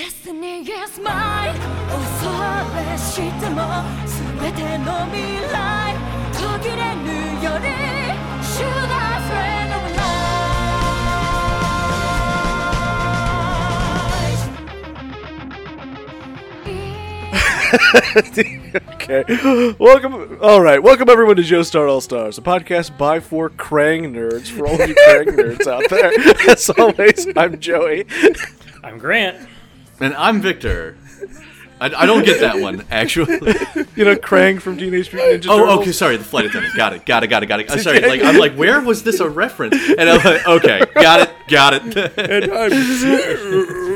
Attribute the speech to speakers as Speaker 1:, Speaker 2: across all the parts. Speaker 1: Destiny is mine 恐れしても全ての未来途切れぬように Sugar friend of life
Speaker 2: okay. Welcome. All right. Welcome everyone to Joe Star All Stars, a podcast by for Krang nerds for all you Krang nerds out there. As always, I'm Joey.
Speaker 3: I'm Grant.
Speaker 4: And I'm Victor. I, I don't get that one actually.
Speaker 2: You know Krang from Teenage Mutant Ninja Turtles.
Speaker 4: Oh, okay. Sorry, the flight attendant. Got it. Got it. Got it. Got it. I'm sorry. Like I'm like, where was this a reference? And I'm like, okay, got it. Got it.
Speaker 2: And I'm-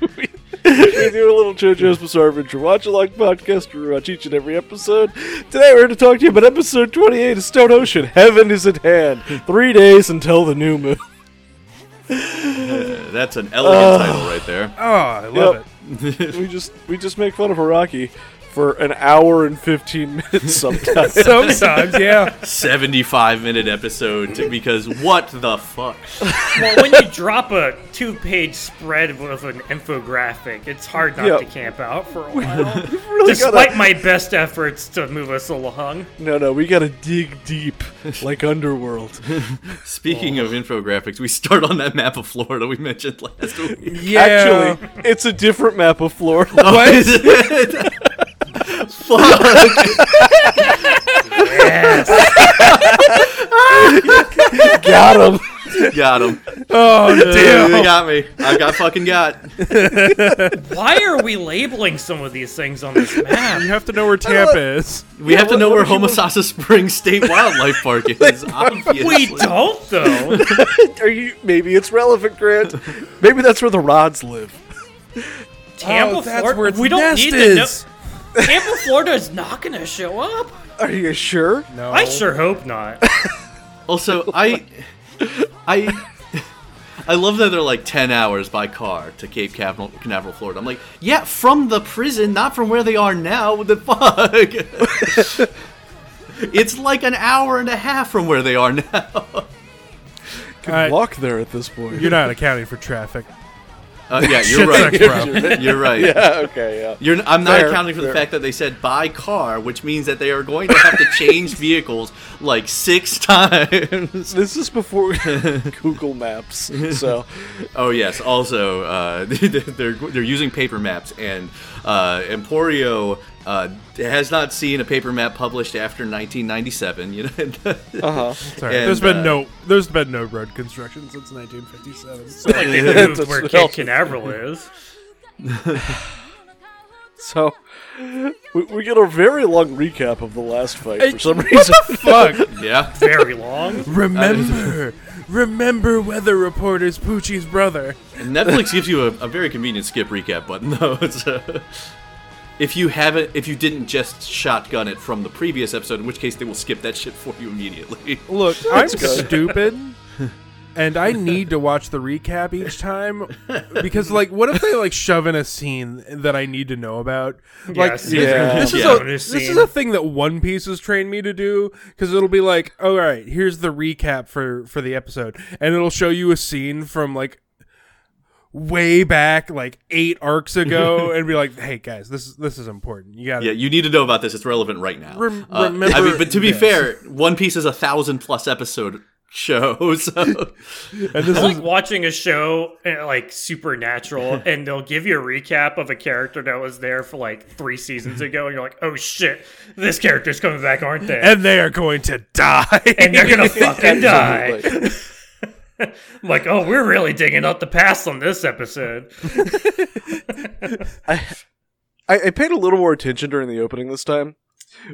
Speaker 2: we do a little JoJo's Bizarre Adventure Watch Along podcast where we watch each and every episode. Today we're going to talk to you about episode 28 of Stone Ocean Heaven is at Hand. Three days until the new moon.
Speaker 4: That's an elegant title right
Speaker 5: Oh,
Speaker 4: there.
Speaker 2: Yep. we just we just make fun of Haraki for an hour and fifteen minutes sometimes.
Speaker 5: Sometimes, yeah.
Speaker 4: Seventy-five minute episode t- because what the fuck?
Speaker 3: Well, when you drop a two-page spread of an infographic, it's hard not
Speaker 2: Yeah.
Speaker 3: to camp out for a while,
Speaker 2: really gotta-
Speaker 3: despite my best efforts to move us along.
Speaker 2: no, no, we gotta dig deep like Underworld.
Speaker 4: Speaking of infographics, we start on that map of Florida we mentioned last week.
Speaker 5: Yeah.
Speaker 2: Actually, it's a different map of Florida.
Speaker 4: What is it? Fuck.
Speaker 2: Got him.
Speaker 4: Got him.
Speaker 5: oh,
Speaker 4: They
Speaker 5: damn.
Speaker 4: got me. I got fucking got.
Speaker 3: Why are we labeling some of these things on this map?
Speaker 5: You have to know where Tampa is.
Speaker 4: We have to know where Homosassa Springs State Wildlife Park is. obviously.
Speaker 3: We don't, though.
Speaker 5: Oh,
Speaker 2: Are you? Maybe it's relevant, Grant. Maybe that's where the rods live.
Speaker 3: Tampa,
Speaker 5: Oh, that's
Speaker 3: Florida.
Speaker 5: where its
Speaker 3: we don't
Speaker 5: nest
Speaker 3: need
Speaker 5: is.
Speaker 3: to know. Tampa, Florida is not going to show up.
Speaker 2: Are you sure?
Speaker 5: No.
Speaker 3: I sure hope not.
Speaker 4: Also, I, I, I love that they're like ten hours by car to Cape Canaveral, Canaveral, Florida. I'm like, yeah, from the prison, not from where they are now. What the fuck? it's like an hour and a half from where they are now.
Speaker 5: All right,
Speaker 2: Walk there at this point.
Speaker 5: You're not accounting for traffic.
Speaker 4: Uh, yeah, you're
Speaker 5: Shit
Speaker 4: right.
Speaker 5: sucks, bro.
Speaker 4: You're right.
Speaker 2: yeah. Okay. Yeah.
Speaker 4: You're, n- I'm not
Speaker 2: Fair,
Speaker 4: accounting for
Speaker 2: fair.
Speaker 4: the fact that they said by car, which means that they are going to have to change vehicles like six times.
Speaker 2: This is before Google Maps, so
Speaker 4: Oh yes. Also, uh, they're they're using paper maps, and uh, Emporio uh, has not seen a paper map published after 1997. You know,
Speaker 2: uh-huh.
Speaker 5: Sorry.
Speaker 4: And,
Speaker 5: there's
Speaker 4: uh,
Speaker 5: been no there's been no road construction since 1957. So,
Speaker 3: Like they moved
Speaker 2: That's
Speaker 3: where
Speaker 2: what
Speaker 3: Cape
Speaker 2: else-
Speaker 3: Canaveral is.
Speaker 2: So we, we get a very long recap of the last fight for some reason.
Speaker 5: fuck.
Speaker 4: yeah.
Speaker 3: Very long.
Speaker 5: Remember, remember weather reporters Poochie's brother.
Speaker 4: And Netflix gives you a, a very convenient skip recap button, though. so- if you haven't, if you didn't just shotgun it from the previous episode, in which case they will skip that shit for you immediately.
Speaker 5: Look, I'm
Speaker 2: good.
Speaker 5: stupid. And I need to watch the recap each time because, like, what if they like shove in a scene that I need to know about? Like,
Speaker 3: Yes,
Speaker 2: yeah.
Speaker 5: this is
Speaker 4: Yeah.
Speaker 5: a this is a thing that One Piece has trained me to do because it'll be like, all right, here's the recap for for the episode, and it'll show you a scene from like way back, like eight arcs ago, and be like, hey guys, this is this is important. You got
Speaker 4: Yeah,
Speaker 5: to
Speaker 4: you need to know about this. It's relevant right now.
Speaker 5: Rem-
Speaker 4: Uh, I
Speaker 5: remember
Speaker 4: mean, but to be
Speaker 5: this.
Speaker 4: fair, One Piece is a thousand plus episode show, so
Speaker 5: and this
Speaker 3: I
Speaker 5: is
Speaker 3: like watching a show uh, like Supernatural, and they'll give you a recap of a character that was there for like three seasons ago, and you're like, "Oh shit, this character's coming back, aren't they?" And,
Speaker 5: and they are going to die.
Speaker 3: they're gonna fucking die.
Speaker 2: Absolutely.
Speaker 3: I'm like, "Oh, we're really digging up the past on this episode."
Speaker 2: I, I paid a little more attention during the opening this time.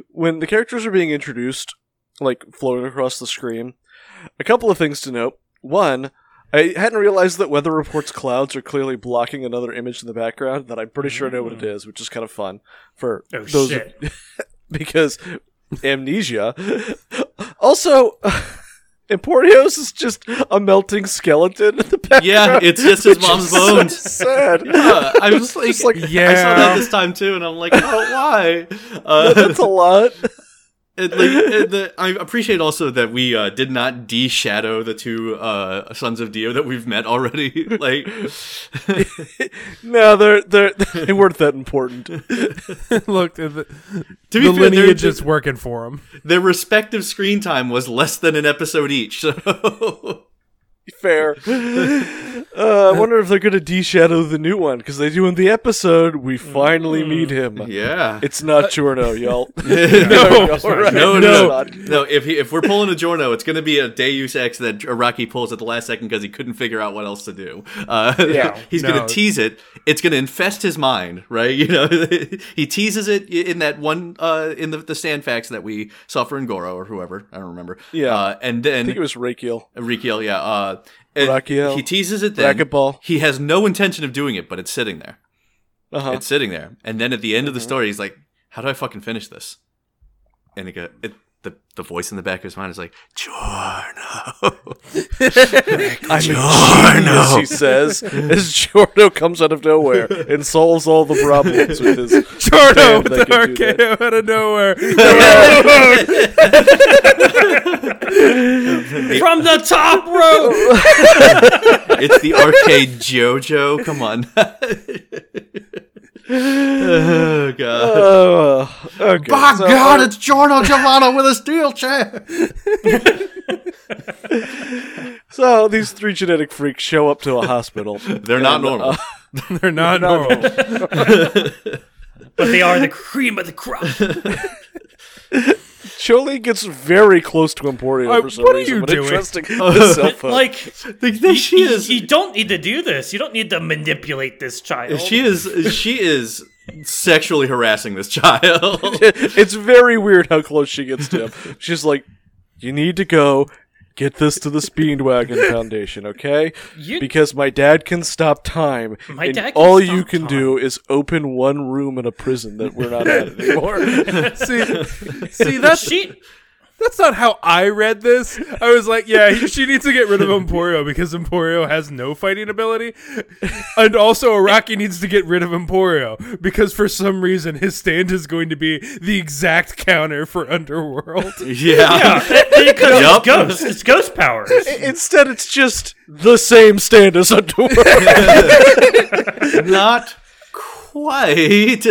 Speaker 2: When the characters are being introduced, like floating across the screen, a couple of things to note. One, I hadn't realized that weather reports clouds are clearly blocking another image in the background that I'm pretty sure I know what it is, which is kind of fun for
Speaker 3: Mm. Oh
Speaker 2: those
Speaker 3: shit!
Speaker 2: because amnesia. also, Emporios is just a melting skeleton in the background.
Speaker 4: yeah, it's just his mom's
Speaker 2: so
Speaker 4: bones.
Speaker 2: sad.
Speaker 4: Uh, I was like,
Speaker 2: It's like,
Speaker 4: I saw that
Speaker 5: yeah,
Speaker 4: this time too, and I'm like, oh, why? Uh,
Speaker 2: that's a lot.
Speaker 4: And, like, and the, I appreciate also that we uh, did not de-shadow the two uh, sons of Dio that we've met already. like,
Speaker 2: No, they're they're they weren't that important.
Speaker 5: Look, the,
Speaker 4: to be fair, their,
Speaker 5: the lineage is working for him.
Speaker 4: their respective screen time was less than an episode each. So,
Speaker 2: Fair. Uh, I wonder if they're gonna de-shadow the new one because they do in the episode we finally
Speaker 4: Hmm.
Speaker 2: meet him.
Speaker 4: yeah.
Speaker 2: It's not Chorno, y'all.
Speaker 4: no,
Speaker 2: All right.
Speaker 4: Uh, no,
Speaker 2: It's
Speaker 4: no,
Speaker 2: not.
Speaker 4: no. If he, if we're pulling a Jorno, it's going to be a Deus Ex that uh, Rocky pulls at the last second because he couldn't figure out what else to do. Uh,
Speaker 2: Yeah.
Speaker 4: he's
Speaker 5: No.
Speaker 4: going to tease it. It's going to infest his mind, right? You know, he teases it in that one uh, in the the sand facts that we saw for Ngoro or whoever I don't remember.
Speaker 2: Yeah.
Speaker 4: uh, and
Speaker 2: I think it
Speaker 4: then
Speaker 2: was Rakiel.
Speaker 4: Rikiel, yeah. Uh, and
Speaker 2: Rakiel.
Speaker 4: he teases it. Then
Speaker 2: Racquetball.
Speaker 4: He has no intention of doing it, but it's sitting there.
Speaker 2: Uh-huh.
Speaker 4: It's sitting there. And then at the end of the story, he's like, "How do I fucking finish this?" And it, go, it the the voice in the back of his mind is like, "Giorno."
Speaker 2: I'm a genius,
Speaker 4: Giorno.
Speaker 2: he says, as Giorno comes out of nowhere and solves all the problems with his
Speaker 5: Torno
Speaker 2: Damn,
Speaker 5: with
Speaker 2: they
Speaker 5: the
Speaker 2: can do that.
Speaker 5: RKO out of nowhere.
Speaker 3: From the top rope.
Speaker 4: it's the arcade JoJo. Come on. oh god.
Speaker 2: Oh, okay.
Speaker 4: By
Speaker 2: so,
Speaker 4: God,
Speaker 2: uh,
Speaker 4: it's Giorno Giovanna with a steel chair.
Speaker 2: so these three genetic freaks show up to a hospital.
Speaker 4: They're not normal.
Speaker 5: They're not normal.
Speaker 3: But they are the cream of the crop.
Speaker 2: Choli gets very close to Emporio
Speaker 5: Uh,
Speaker 2: for some
Speaker 5: what are
Speaker 2: reason,
Speaker 5: you
Speaker 2: but I'm
Speaker 5: doing?
Speaker 2: trusting the cell phone.
Speaker 3: Like
Speaker 4: Like, there she
Speaker 3: you,
Speaker 4: is.
Speaker 3: you don't need to do this. You don't need to manipulate this child.
Speaker 4: She is. She is sexually harassing this child.
Speaker 2: it's very weird how close she gets to him. She's like, "You need to go." Get this to the Speedwagon Foundation, okay?
Speaker 3: You-
Speaker 2: because my dad can stop time,
Speaker 3: My
Speaker 2: and
Speaker 3: dad can
Speaker 2: all
Speaker 3: stop
Speaker 2: you can
Speaker 3: time.
Speaker 2: do is open one room in a prison that we're not at anymore.
Speaker 5: see, see, that's
Speaker 3: She
Speaker 5: that's not how I read this. I was like, yeah, he- she needs to get rid of Emporio because Emporio has no fighting ability, and also Araki needs to get rid of Emporio because for some reason his stand is going to be the exact counter for Underworld.
Speaker 4: yeah.
Speaker 3: Yeah, it, it, could- it's
Speaker 4: Yup.
Speaker 3: ghost. It's ghost powers.
Speaker 2: Instead, it's just the same stand as Underworld.
Speaker 4: Not quite.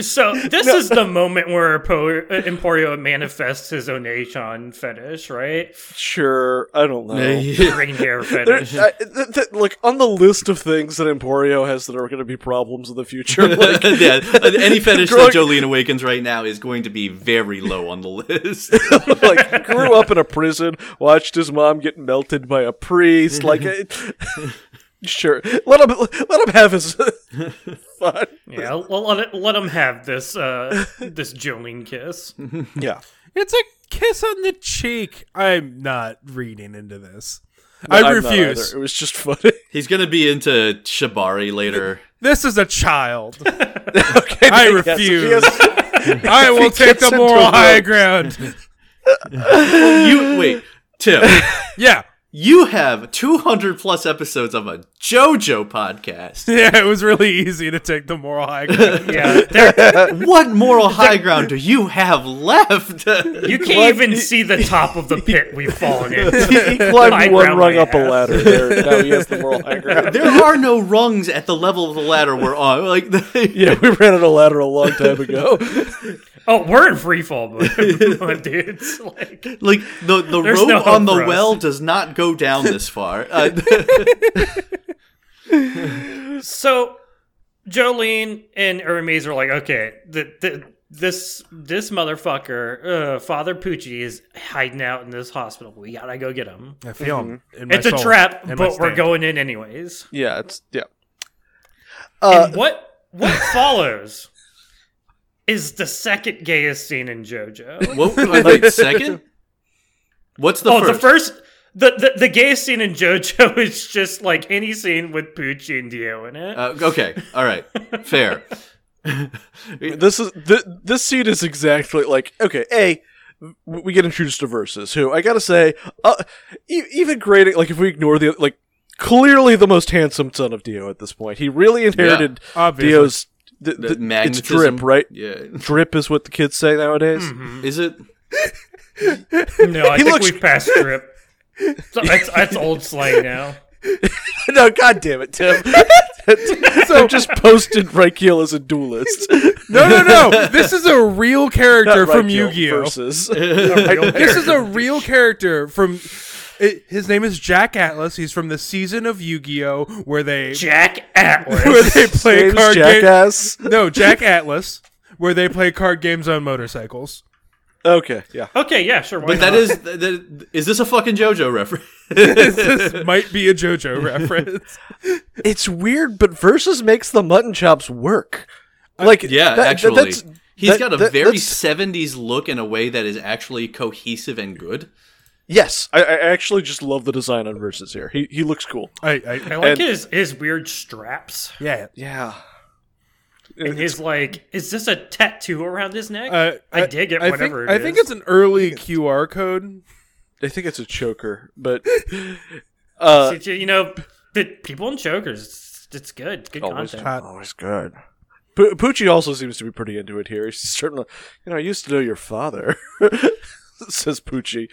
Speaker 3: So this is the moment where Empo- Emporio manifests his Onation fetish, right?
Speaker 2: sure, I don't know.
Speaker 3: Green
Speaker 2: There,
Speaker 3: hair fetish.
Speaker 2: I- th- th- like on the list of things that Emporio has that are going to be problems in the future, like
Speaker 4: yeah, any fetish
Speaker 2: Growing-
Speaker 4: that Jolene awakens right now is going to be very low on the list.
Speaker 2: like grew up in a prison, watched his mom get melted by a priest. Like, it, sure, let him let him have his fun.
Speaker 3: yeah, well, let it, let him have this uh, this Jolene kiss.
Speaker 2: Yeah,
Speaker 5: It's a kiss on the cheek. I'm not reading into this.
Speaker 2: I'm
Speaker 5: I
Speaker 2: not
Speaker 5: refuse.
Speaker 2: either. It was just funny.
Speaker 4: He's gonna be into Shibari later.
Speaker 5: This is a child.
Speaker 2: Okay,
Speaker 5: I
Speaker 2: yes,
Speaker 5: refuse.
Speaker 2: yes.
Speaker 5: I will take
Speaker 2: gets
Speaker 5: the
Speaker 2: into
Speaker 5: moral
Speaker 2: a
Speaker 5: high
Speaker 2: rope.
Speaker 5: ground.
Speaker 4: You wait, Tim.
Speaker 5: Yeah.
Speaker 4: You have 200 plus episodes of a JoJo podcast.
Speaker 5: Yeah, it was really easy to take the moral high ground.
Speaker 3: Yeah, there,
Speaker 4: What moral high ground do you have left?
Speaker 3: you can't even see the top of the pit we've fallen
Speaker 2: He,
Speaker 3: into.
Speaker 2: he climbed
Speaker 3: High
Speaker 2: one
Speaker 3: ground
Speaker 2: rung
Speaker 3: I
Speaker 2: up a
Speaker 3: have.
Speaker 2: ladder. There, now he has the moral high ground.
Speaker 4: there are no rungs at the level of the ladder we're on. Like,
Speaker 2: Yeah, we ran out of ladder a long time ago.
Speaker 3: Oh, we're in free fall mode, my dudes. Like,
Speaker 4: like the the
Speaker 3: There's
Speaker 4: rope
Speaker 3: no hope
Speaker 4: on the
Speaker 3: for us.
Speaker 4: well does not go down this far. Uh,
Speaker 3: So Jolene and Hermes are like, okay, the, the, this this motherfucker, uh, Father Pucci, is hiding out in this hospital. We gotta go get him.
Speaker 5: I feel him.
Speaker 2: Mm-hmm.
Speaker 5: in my
Speaker 3: It's a
Speaker 5: soul,
Speaker 3: trap,
Speaker 5: in my
Speaker 3: but we're
Speaker 5: stand.
Speaker 3: going in anyways.
Speaker 2: Yeah, it's yeah.
Speaker 3: and what what follows is the second gayest scene in JoJo.
Speaker 4: what, wait, second? What's the
Speaker 3: oh,
Speaker 4: first?
Speaker 3: the first. The, the, the gayest scene in JoJo is just like any scene with Pucci and Dio in it.
Speaker 4: Uh, okay, all right, fair.
Speaker 2: This is th- this scene is exactly like okay. A w- we get introduced to verses who I gotta say, uh, e- even grading like if we ignore the like clearly the most handsome son of Dio at this point. He really inherited
Speaker 5: Obviously.
Speaker 2: Dio's th- th- it's
Speaker 4: magnetism.
Speaker 2: drip right.
Speaker 4: Yeah,
Speaker 5: Mm-hmm.
Speaker 2: Drip is what the kids say nowadays.
Speaker 4: is it?
Speaker 3: No, I
Speaker 2: He
Speaker 3: think
Speaker 2: looks-
Speaker 3: we've passed strip. So that's, that's old slang now.
Speaker 2: no, god damn it, Tim. so just posted Raikeel as a duelist.
Speaker 5: No, no, no. This is a real character
Speaker 2: Not
Speaker 5: from
Speaker 2: Raikeel
Speaker 5: Yu-Gi-Oh.
Speaker 2: Versus.
Speaker 5: This is a real character from. It, his name is Jack Atlas. He's from the season of Yu-Gi-Oh where they
Speaker 3: Jack
Speaker 5: where
Speaker 3: Atlas.
Speaker 5: they play
Speaker 2: Name's
Speaker 5: card games.
Speaker 2: jackass.
Speaker 5: No, Jack Atlas, where they play card games on motorcycles.
Speaker 2: Okay, yeah.
Speaker 3: Okay, yeah, sure. why
Speaker 4: But that
Speaker 3: not?
Speaker 4: is that- that- is this a fucking JoJo reference?
Speaker 5: this might be a JoJo reference.
Speaker 2: It's weird, but versus makes the mutton chops work. Like
Speaker 4: Uh, yeah,
Speaker 2: that- that-
Speaker 4: actually,
Speaker 2: that's-
Speaker 4: he's
Speaker 2: that-
Speaker 4: got a
Speaker 2: that-
Speaker 4: very
Speaker 2: that's-
Speaker 4: '70s look in a way that is actually cohesive and good.
Speaker 2: yes. I, I actually just love the design on versus here. He he looks cool.
Speaker 5: I, I,
Speaker 3: I like
Speaker 2: and-
Speaker 3: his his weird straps
Speaker 5: yeah.
Speaker 2: Yeah.
Speaker 3: and his like. Is this a tattoo around his neck?
Speaker 5: Uh,
Speaker 3: I dig it.
Speaker 5: I think,
Speaker 3: whatever
Speaker 5: I
Speaker 3: it
Speaker 5: think
Speaker 3: is.
Speaker 5: it's an early QR code.
Speaker 2: I think it's a choker, but uh,
Speaker 3: It's, you know, the people in chokers. It's, it's good. It's good
Speaker 2: always,
Speaker 3: content.
Speaker 5: hot.
Speaker 2: always Oh, good. uh, Pu- Pucci also seems to be pretty into it here. He's certainly, you know, I used to know your father, says Pucci.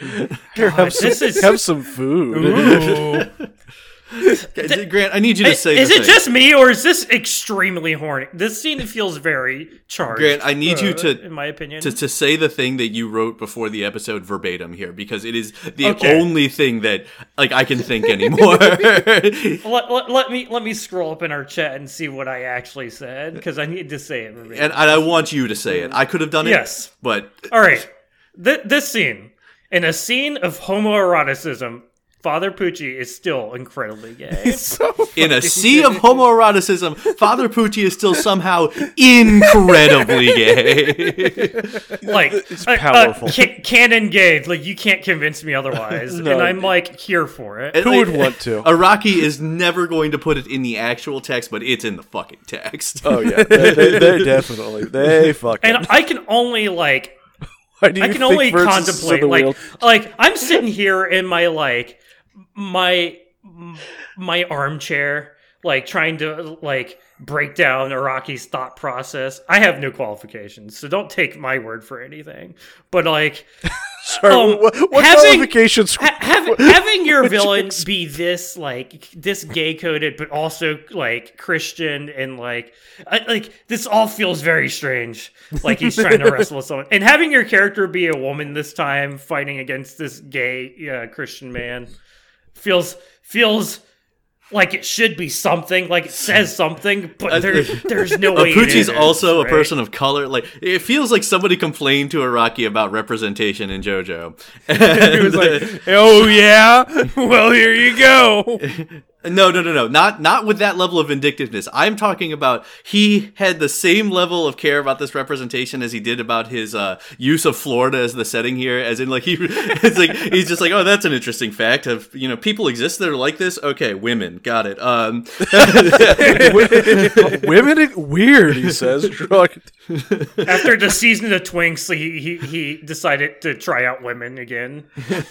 Speaker 2: Here, have some,
Speaker 3: this is-
Speaker 2: have some food.
Speaker 5: Ooh.
Speaker 4: Okay, Grant, I need you to say.
Speaker 3: is
Speaker 4: the
Speaker 3: it
Speaker 4: thing.
Speaker 3: just me or is this extremely horny? This scene feels very charged.
Speaker 4: Grant? I need you
Speaker 3: uh, in
Speaker 4: to,
Speaker 3: my opinion.
Speaker 4: to to say the thing that you wrote before the episode verbatim here because it is the
Speaker 3: Okay.
Speaker 4: only thing that like I can think anymore.
Speaker 3: let, let, let me let me scroll up in our chat and see what I actually said because I need to say it. verbatim.
Speaker 4: and, and I want you to say it. I could have done it.
Speaker 3: Yes.
Speaker 4: but
Speaker 3: All right, Th- this scene in a scene of homoeroticism, Father Pucci is still incredibly gay.
Speaker 4: in a sea of homoeroticism, Father Pucci is still somehow incredibly gay.
Speaker 3: like it's
Speaker 2: powerful.
Speaker 3: canon gay. Like you can't convince me otherwise, and I'm like here for it.
Speaker 2: Who would want to?
Speaker 4: Iraqi is never going to put it in the actual text, but it's in the fucking text.
Speaker 2: Oh yeah, they, they, they definitely they fucking.
Speaker 3: And I can only like
Speaker 2: Why do
Speaker 3: I
Speaker 2: you
Speaker 3: can
Speaker 2: think
Speaker 3: only
Speaker 2: Versus is
Speaker 3: contemplate
Speaker 2: the
Speaker 3: like
Speaker 2: wheel?
Speaker 3: like I'm sitting here in my like my my armchair like trying to like break down Iraqi's thought process. I have no qualifications, so don't take my word for anything. But like
Speaker 2: Sorry,
Speaker 3: um,
Speaker 2: what, what
Speaker 3: having-
Speaker 2: qualifications?
Speaker 3: ha- having having your villain be this like this gay coded, but also like Christian and like I, like this all feels very strange. Like he's trying to wrestle with someone, and having your character be a woman this time fighting against this gay uh, Christian man feels feels. Like it should be something, like it says something, but there, there's no way. Oh, it
Speaker 4: Apuchi's
Speaker 3: is,
Speaker 4: also
Speaker 3: right?
Speaker 4: a person of color. Like it feels like somebody complained to Iraqi about representation in JoJo.
Speaker 5: he was like, "Oh yeah, well here you go."
Speaker 4: No, no, no, no. Not not with that level of vindictiveness. I'm talking about he had the same level of care about this representation as he did about his uh, use of Florida as the setting here. As in, like he, it's like he's just like, oh, that's an interesting fact. Of you know, people exist that are like this. Okay, women, got it. Um,
Speaker 2: Women weird, he says. Drug-
Speaker 3: After the season of Twinks, he, he he decided to try out women again.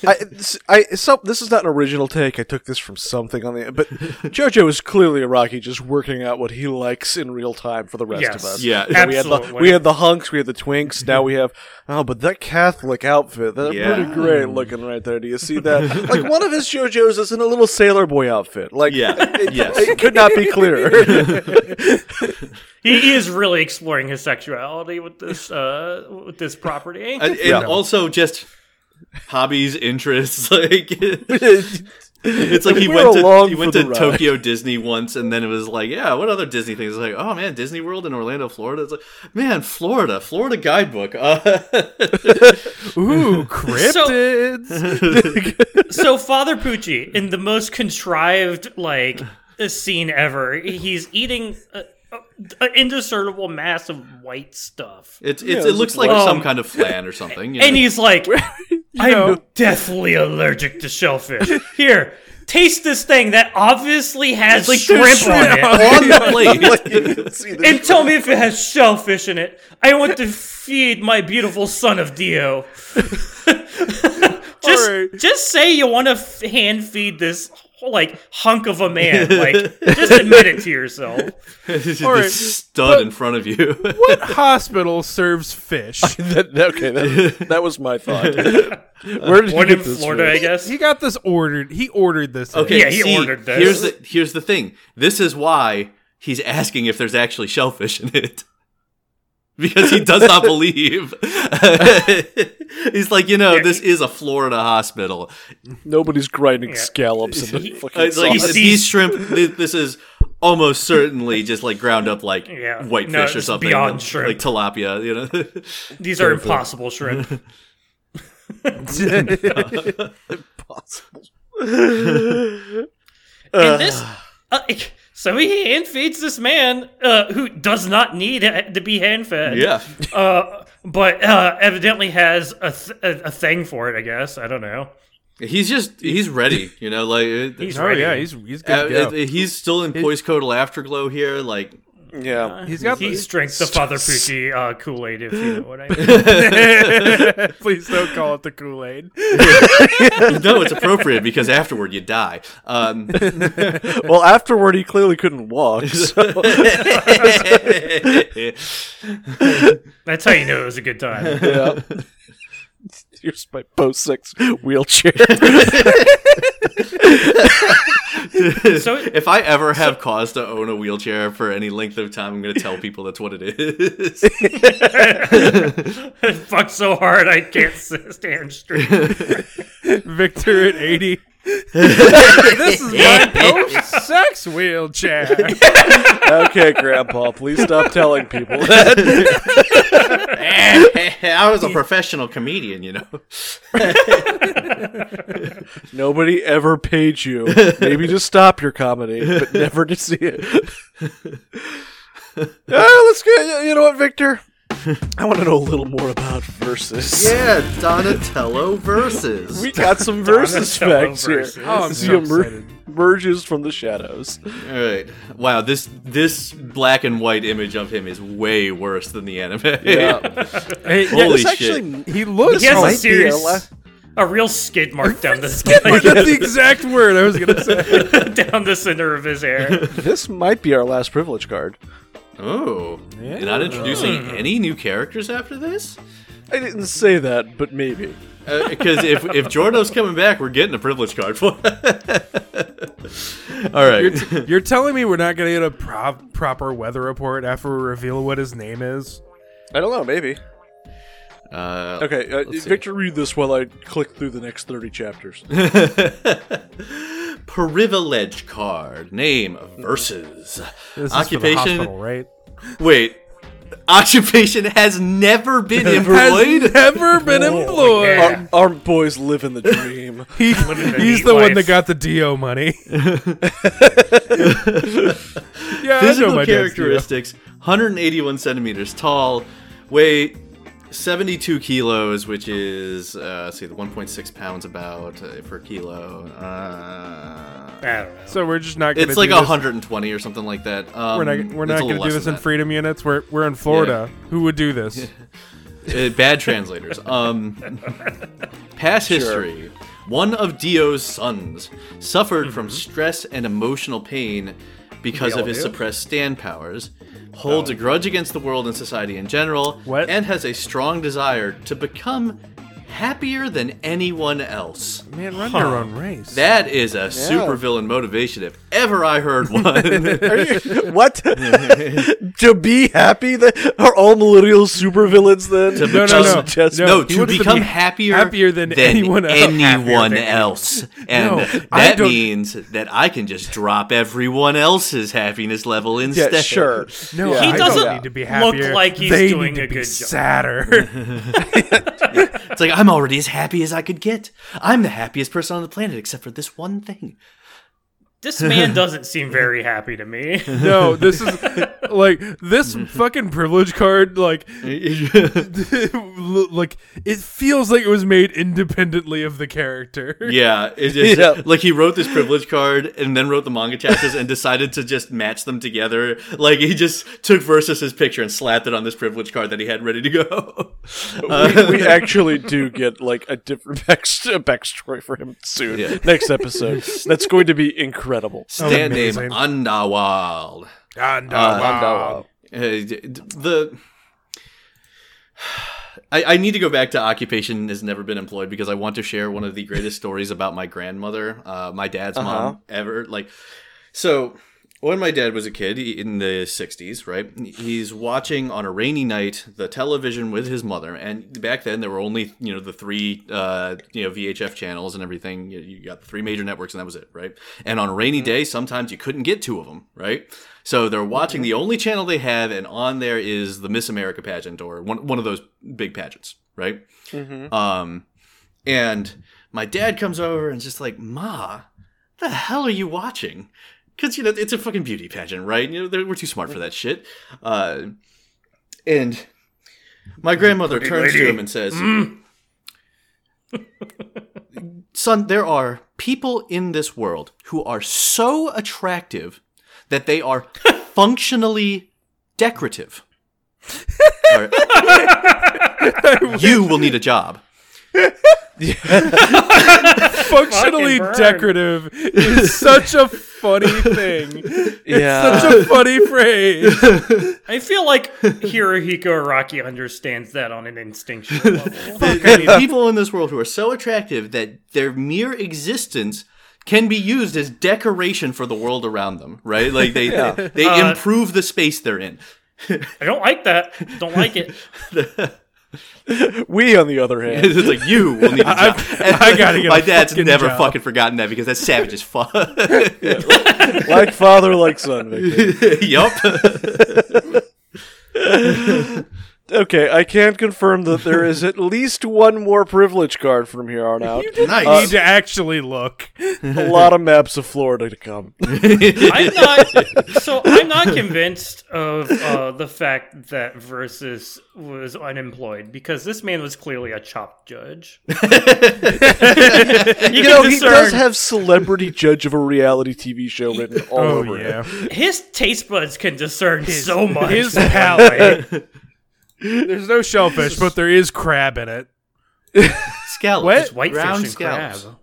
Speaker 2: I, this- I, so, this is not an original take. I took this from something on the, but JoJo is clearly a Rocky, just working out what he likes in real time for the rest
Speaker 3: Yes.
Speaker 2: of us.
Speaker 4: Yeah.
Speaker 2: You know, we had the
Speaker 3: Absolutely.
Speaker 2: we had the hunks, we had the twinks. Now we have oh, but that Catholic outfit, that's
Speaker 4: Yeah.
Speaker 2: pretty great looking right there. Do you see that? like one of his JoJos is in a little sailor boy outfit. Like
Speaker 4: yeah, yes.
Speaker 2: it could not be clearer.
Speaker 3: He, he is really exploring his sexuality with this uh with this property.
Speaker 4: And, and
Speaker 2: Yeah.
Speaker 4: also just hobbies, interests. Like it's like he
Speaker 2: We're
Speaker 4: went to
Speaker 2: along
Speaker 4: he
Speaker 2: for
Speaker 4: went
Speaker 2: the
Speaker 4: to
Speaker 2: ride.
Speaker 4: Tokyo Disney once, and then it was like, yeah, what other Disney things? It's like, oh man, Disney World in Orlando, Florida. It's like, man, Florida, Florida guidebook. Uh,
Speaker 5: Ooh, cryptids.
Speaker 3: so Father Pucci, in the most contrived like scene ever, he's eating a, a, an indiscernible mass of white stuff,
Speaker 4: it's, it's
Speaker 2: it
Speaker 4: it looks like
Speaker 3: was-
Speaker 4: some
Speaker 3: Um,
Speaker 4: kind of flan or something. you
Speaker 3: and
Speaker 4: know.
Speaker 3: he's like, "I'm
Speaker 5: know-
Speaker 3: deathly allergic to shellfish." Here. Taste this thing that obviously has
Speaker 4: like
Speaker 3: shrimp,
Speaker 4: there's
Speaker 3: on it.
Speaker 4: on the plate.
Speaker 3: and tell me if it has shellfish in it. I want to feed my beautiful son of Dio. just,
Speaker 5: Alright.
Speaker 3: just say you want to f- hand feed this like hunk of a man. Like, just admit it to yourself.
Speaker 4: this
Speaker 5: right,
Speaker 4: stud in front of you.
Speaker 5: What hospital serves fish?
Speaker 2: That- that- okay, that, that was my thought. Where did
Speaker 3: Born
Speaker 2: you
Speaker 3: in
Speaker 2: get this
Speaker 3: Florida,
Speaker 2: from?
Speaker 3: I guess.
Speaker 5: He got this ordered. He ordered this. thing.
Speaker 4: Okay,
Speaker 3: Yeah, he
Speaker 4: see,
Speaker 3: ordered this.
Speaker 4: Here's the here's the thing. This is why he's asking if there's actually shellfish in it. Because he does not believe. he's like, you know,
Speaker 3: Yeah,
Speaker 4: this
Speaker 3: he-
Speaker 4: is a Florida hospital.
Speaker 2: Nobody's grinding
Speaker 3: Yeah.
Speaker 2: scallops in the
Speaker 3: He-
Speaker 2: fucking
Speaker 4: It's like,
Speaker 2: sauce.
Speaker 3: sees-
Speaker 4: these shrimp, thi- this is almost certainly just like ground up like
Speaker 3: Yeah,
Speaker 4: whitefish
Speaker 3: no,
Speaker 4: or
Speaker 3: it's
Speaker 4: something.
Speaker 3: beyond
Speaker 4: like,
Speaker 3: shrimp.
Speaker 4: like tilapia, you know?
Speaker 3: These are impossible shrimp. and this, uh, so he hand feeds this man uh, who does not need ha- to be hand fed.
Speaker 4: yeah.
Speaker 3: Uh, but uh, evidently has a, th- a a thing for it. I guess I don't know.
Speaker 4: He's just, he's ready, you know? Like, it-
Speaker 3: He's
Speaker 5: Oh
Speaker 3: ready.
Speaker 5: yeah, he's he's
Speaker 4: uh,
Speaker 5: good. to go.
Speaker 4: it- he's still in poiscodal afterglow here. Like,
Speaker 2: yeah.
Speaker 5: He's got
Speaker 3: he
Speaker 5: the-
Speaker 3: drinks the Father Pucci uh, Kool Aid, if you know what I mean.
Speaker 5: Please don't call it the Kool Aid.
Speaker 4: no, it's appropriate because afterward you die. Um,
Speaker 2: Well, afterward, he clearly couldn't walk. so-
Speaker 3: That's how you know it was a good time.
Speaker 2: yeah. Here's my post six wheelchair.
Speaker 3: So
Speaker 4: if I ever have cause to own a wheelchair for any length of time, I'm going to tell people that's what it is.
Speaker 3: it fucked so hard I can't s- stand straight.
Speaker 5: Victor at eighty. this is my post sex wheelchair.
Speaker 2: okay, Grandpa, please stop telling people that.
Speaker 4: I was a professional comedian, you know.
Speaker 2: Nobody ever paid you. Maybe just stop your comedy, but never to see it. Uh, let's get. You know what, Victor? I want to know a little more about verses.
Speaker 4: Yeah, Donatello versus.
Speaker 2: We got some versus
Speaker 3: Donatello
Speaker 2: facts here.
Speaker 3: versus.
Speaker 5: Oh, I'm
Speaker 2: As
Speaker 5: so
Speaker 2: he emer-
Speaker 5: excited.
Speaker 2: emerges from the shadows.
Speaker 4: All right. Wow, this this black and white image of him is way worse than the anime.
Speaker 5: Hey, yeah,
Speaker 4: Holy
Speaker 2: It's
Speaker 4: shit.
Speaker 2: actually
Speaker 5: he looks.
Speaker 3: He has a
Speaker 2: might be
Speaker 3: serious,
Speaker 2: a la-
Speaker 3: a real skid mark down the
Speaker 5: Wait, that's the exact word I was gonna say.
Speaker 3: down the center of his hair.
Speaker 2: this might be our last privilege card.
Speaker 4: Oh, you're not introducing any new characters after this?
Speaker 2: I didn't say that, but maybe.
Speaker 4: Because if if Jordo's coming back, we're getting a privilege card for. All right.
Speaker 5: You're telling me we're not gonna get a prop, proper weather report after we reveal what his name is?
Speaker 2: I don't know. Maybe.
Speaker 4: Uh,
Speaker 2: Okay, uh,
Speaker 4: Let's see.
Speaker 2: Victor, read this while I click through the next thirty chapters.
Speaker 4: Privilege card. Name versus.
Speaker 5: This is for the
Speaker 4: occupation.
Speaker 5: hospital, right?
Speaker 4: Wait. Occupation has never been
Speaker 5: Has
Speaker 4: employed.
Speaker 5: never been employed.
Speaker 3: yeah.
Speaker 2: our, our boys live in the dream.
Speaker 5: He-
Speaker 3: Living the
Speaker 5: he's
Speaker 3: neat
Speaker 5: the one
Speaker 3: life.
Speaker 5: that got the Do money. yeah, I know
Speaker 4: Physical
Speaker 5: my dad's DO.
Speaker 4: characteristics: 181 centimeters tall, weight 72 kilos, which is uh, let's see, the 1.6 pounds about uh, per kilo. Uh,
Speaker 3: I don't know.
Speaker 5: So we're just not. Gonna
Speaker 4: It's like
Speaker 5: do this.
Speaker 4: 120 or something like that. Um,
Speaker 5: We're not. We're
Speaker 4: it's
Speaker 5: not
Speaker 4: a little
Speaker 5: going to do
Speaker 4: less
Speaker 5: this
Speaker 4: than
Speaker 5: in
Speaker 4: that.
Speaker 5: freedom units. We're we're in Florida. Who would do this?
Speaker 4: Uh, bad translators. Um, past history. One of Dio's sons suffered from stress and emotional pain because
Speaker 3: all
Speaker 4: of his
Speaker 3: do.
Speaker 4: suppressed stand powers, holds a grudge against the world and society in general,
Speaker 5: What?
Speaker 4: and has a strong desire to become happier than anyone else.
Speaker 5: Man, run your own race.
Speaker 4: That is a supervillain motivation if ever I heard one.
Speaker 2: Are you- what? to be happy? That are all millennials supervillains? Then
Speaker 4: To
Speaker 5: no, no,
Speaker 4: just-
Speaker 5: no,
Speaker 2: just-
Speaker 5: no.
Speaker 4: No,
Speaker 5: he
Speaker 4: to
Speaker 5: wants
Speaker 4: become
Speaker 5: be
Speaker 4: happier,
Speaker 5: happier than, anyone else.
Speaker 4: anyone else. And
Speaker 5: No, I
Speaker 4: that
Speaker 5: don't-
Speaker 4: means that I can just drop everyone else's happiness level instead.
Speaker 2: yeah, sure.
Speaker 5: No,
Speaker 2: Yeah,
Speaker 5: I
Speaker 3: He
Speaker 5: don't
Speaker 3: doesn't
Speaker 5: need to be
Speaker 3: look
Speaker 5: happier.
Speaker 3: like he's
Speaker 5: they
Speaker 3: doing
Speaker 5: need to
Speaker 3: a
Speaker 5: be
Speaker 3: good job.
Speaker 5: sadder.
Speaker 4: It's like I'm already as happy as I could get. I'm the happiest person on the planet except for this one thing.
Speaker 3: This man doesn't seem very happy to me.
Speaker 5: No, this is like this fucking privilege card. Like, like it feels like it was made independently of the character.
Speaker 4: Yeah, it just,
Speaker 2: Yeah.
Speaker 4: like he wrote this privilege card and then wrote the manga chapters and decided to just match them together. Like he just took Versus's picture and slapped it on this privilege card that he had ready to go. Uh,
Speaker 2: we, we actually do get like a different back, a backstory for him soon.
Speaker 4: Yeah.
Speaker 2: Next episode, that's going to be incredible.
Speaker 4: Stand name
Speaker 5: amazing.
Speaker 4: Underworld.
Speaker 5: And, uh,
Speaker 2: Underworld.
Speaker 4: Uh, d- d- the I, I need to go back to occupation has never been employed because I want to share one of the greatest stories about my grandmother, uh, my dad's
Speaker 2: Uh-huh.
Speaker 4: mom ever. Like, so when my dad was a kid he- in the '60s, right? He's watching on a rainy night the television with his mother, and back then there were only you know the three uh, you know VHF channels and everything. You, you got three major networks, and that was it, right? And on a rainy day, sometimes you couldn't get two of them, right? So they're watching the only channel they have, and on there is the Miss America pageant or one one of those big pageants, right? Um, and my dad comes over and's just like, Ma, the hell are you watching? Because you know it's a fucking beauty pageant, right? You know they're- we're too smart for that shit. Uh, and my grandmother turns to him and says, "Son, there are people in this world who are so attractive that they are functionally decorative." All right you will need a job.
Speaker 3: Fucking
Speaker 5: functionally
Speaker 3: burn.
Speaker 5: decorative is such a funny thing.
Speaker 2: Yeah.
Speaker 5: Such a funny phrase.
Speaker 3: I feel like Hirohiko Araki understands that on an instinctual level.
Speaker 4: There are people in this world who are so attractive that their mere existence can be used as decoration for the world around them, right? Like they they, they improve the space they're in.
Speaker 3: I don't like that. Don't like it.
Speaker 2: We, on the other hand,
Speaker 4: it's like you will need a job. And
Speaker 5: I gotta get
Speaker 4: my
Speaker 5: a
Speaker 4: dad's
Speaker 5: fucking
Speaker 4: never
Speaker 5: job.
Speaker 4: fucking forgotten that because that's savage as fuck.
Speaker 2: like father, like son. Victor.
Speaker 4: yup.
Speaker 2: Okay, I can confirm that there is at least one more privilege card from here on out.
Speaker 5: I need
Speaker 4: Nice.
Speaker 5: to actually look.
Speaker 2: A lot of maps of Florida to come.
Speaker 3: I'm not. So I'm not convinced of uh, the fact that Versus was unemployed because this man was clearly a chop judge. you
Speaker 2: You
Speaker 3: can
Speaker 2: know, he
Speaker 3: discern
Speaker 2: does have celebrity judge of a reality TV show written all
Speaker 5: Oh
Speaker 2: over
Speaker 5: yeah.
Speaker 3: his taste buds can discern so much.
Speaker 5: His palate. There's no shellfish, but there is crab in it.
Speaker 4: Scallops.
Speaker 5: What?
Speaker 4: Just
Speaker 3: whitefish
Speaker 4: round
Speaker 3: and
Speaker 4: scallops.
Speaker 3: crab.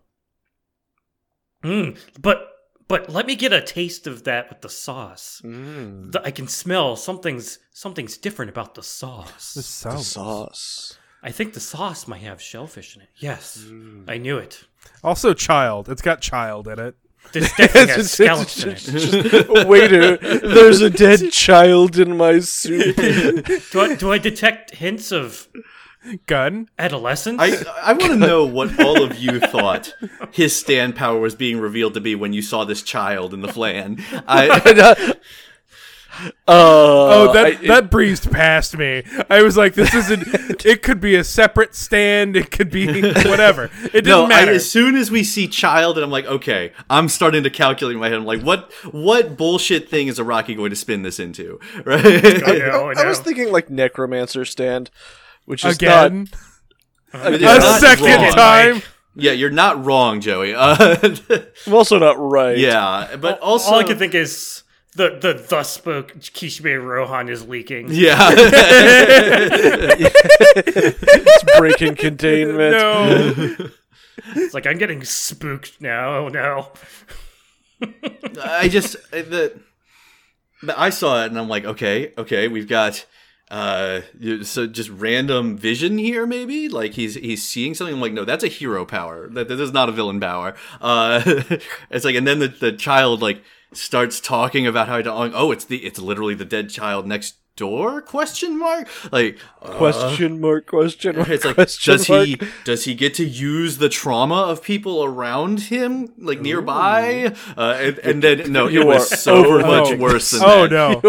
Speaker 3: Mm, but but let me get a taste of that with the sauce.
Speaker 4: Mm.
Speaker 3: Th- I can smell something's something's different about the sauce.
Speaker 2: The
Speaker 5: sauce.
Speaker 2: sauce.
Speaker 3: I think the sauce might have shellfish in it. Yes,
Speaker 4: Mm.
Speaker 3: I knew it.
Speaker 5: Also, child. It's got child in it.
Speaker 3: This definitely
Speaker 2: It's-
Speaker 3: has
Speaker 2: it's-
Speaker 3: scallops in it.
Speaker 2: Waiter, there's a dead child in my soup.
Speaker 3: Do I, do I detect hints of
Speaker 5: Gun.
Speaker 3: adolescence?
Speaker 4: I, I want to know what all of you thought his stand power was being revealed to be when you saw this child in the flan. I,
Speaker 5: Oh,
Speaker 4: Uh,
Speaker 2: oh,
Speaker 5: that that breezed past me. I was like, this isn't. it could be a separate stand. It could be whatever. It didn't
Speaker 4: no, I,
Speaker 5: matter.
Speaker 4: as soon as we see child, and I'm like, okay, I'm starting to calculate in my head. I'm like, what what bullshit thing is Iraqi going to spin this into? Right?
Speaker 5: oh,
Speaker 3: know,
Speaker 2: I was thinking like necromancer stand, which is
Speaker 5: Again,
Speaker 2: not
Speaker 4: But you're
Speaker 5: a
Speaker 4: not
Speaker 5: second
Speaker 4: wrong.
Speaker 5: time.
Speaker 4: Yeah, you're not wrong, Joey. Uh,
Speaker 2: I'm also not right.
Speaker 4: yeah, but also
Speaker 3: All I can think is the the thus spoke Kishibe Rohan is leaking.
Speaker 4: yeah,
Speaker 2: It's breaking containment.
Speaker 5: No.
Speaker 3: It's like I'm getting spooked now. Oh no.
Speaker 4: I just I- the, the I saw it and I'm like, okay, okay, we've got uh you- so just random vision here maybe like he's he's seeing something i'm like no that's a hero power that, that is not a villain power uh it's like and then the, the child like starts talking about how he- oh it's the it's literally the dead child next door? Question mark. Like uh,
Speaker 2: question mark? Question mark?
Speaker 4: It's like
Speaker 2: question
Speaker 4: does
Speaker 2: mark?
Speaker 4: he does he get to use the trauma of people around him like nearby? Uh, and, and then no,
Speaker 2: You
Speaker 4: it was
Speaker 2: are
Speaker 4: so much
Speaker 2: overthinking
Speaker 4: worse than
Speaker 5: Oh
Speaker 4: that.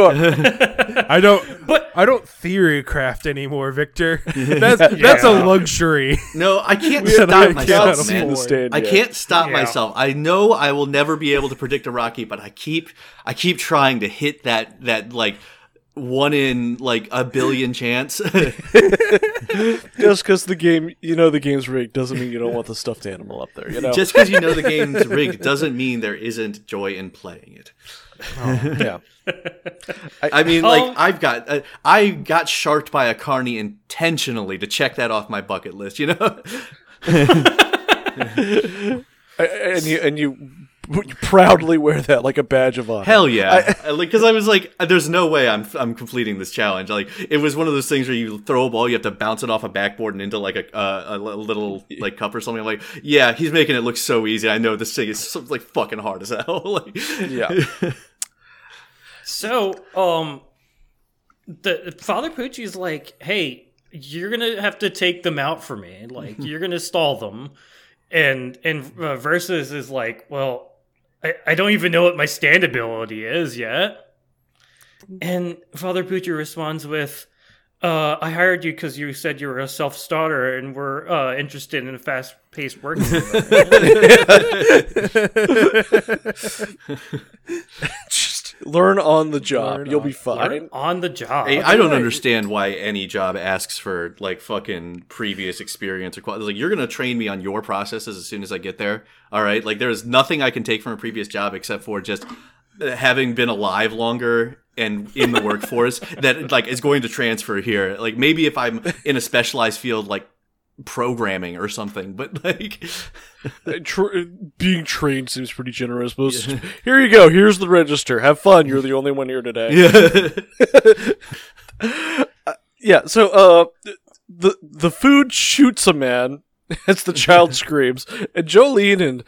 Speaker 5: no. I don't but I don't theory craft anymore, Victor. That's that's a
Speaker 3: Yeah.
Speaker 5: luxury.
Speaker 4: No, I can't stop
Speaker 5: That I
Speaker 2: Not
Speaker 5: cannot
Speaker 4: myself,
Speaker 5: see
Speaker 2: seen
Speaker 4: man.
Speaker 2: the stand
Speaker 4: I
Speaker 2: yet.
Speaker 4: can't stop
Speaker 3: Yeah.
Speaker 4: myself. I know I will never be able to predict a Rocky, but I keep I keep trying to hit that that like one in like a billion chance.
Speaker 2: Just because the game, you know, the game's rigged doesn't mean you don't want the stuffed animal up there. You know,
Speaker 4: Just because you know the game's rigged doesn't mean there isn't joy in playing it.
Speaker 2: yeah.
Speaker 4: I mean, like
Speaker 3: Um,
Speaker 4: I've got uh, I got sharked by a carny intentionally to check that off my bucket list. You know,
Speaker 2: I- and you and you you proudly wear that like a badge of honor.
Speaker 4: hell yeah, I, like because I was like, there's no way I'm I'm completing this challenge. Like it was one of those things where you throw a ball, you have to bounce it off a backboard and into like a uh, a li- little like cup or something. I'm like, yeah, he's making it look so easy. I know this thing is so, like fucking hard as hell. like,
Speaker 2: yeah.
Speaker 3: So, um, the Father Pucci's like, "Hey, you're gonna have to take them out for me. Like, you're gonna stall them." And and uh, versus is like, "Well, I, I don't even know what my stand ability is yet." And Father Pucci responds with, uh, "I hired you because you said you were a self starter and were uh, interested in a fast paced work." environment."
Speaker 2: Just learn on the job.
Speaker 5: Learn
Speaker 2: You'll
Speaker 5: on-
Speaker 2: be fine.
Speaker 3: on the job.
Speaker 4: I, I don't understand why any job asks for like fucking previous experience or qual- like you're gonna train me on your processes as soon as I get there. All right, like there is nothing I can take from a previous job except for just uh, having been alive longer and in the workforce that like is going to transfer here. Like maybe if I'm in a specialized field like programming or something, but like
Speaker 2: Uh, Tr- being trained seems pretty generous. But it's just, here you go. Here's the register. Have fun. You're the only one here today.
Speaker 4: yeah.
Speaker 2: Yeah, so uh th- the the food shoots a man as the child screams, and Jolene and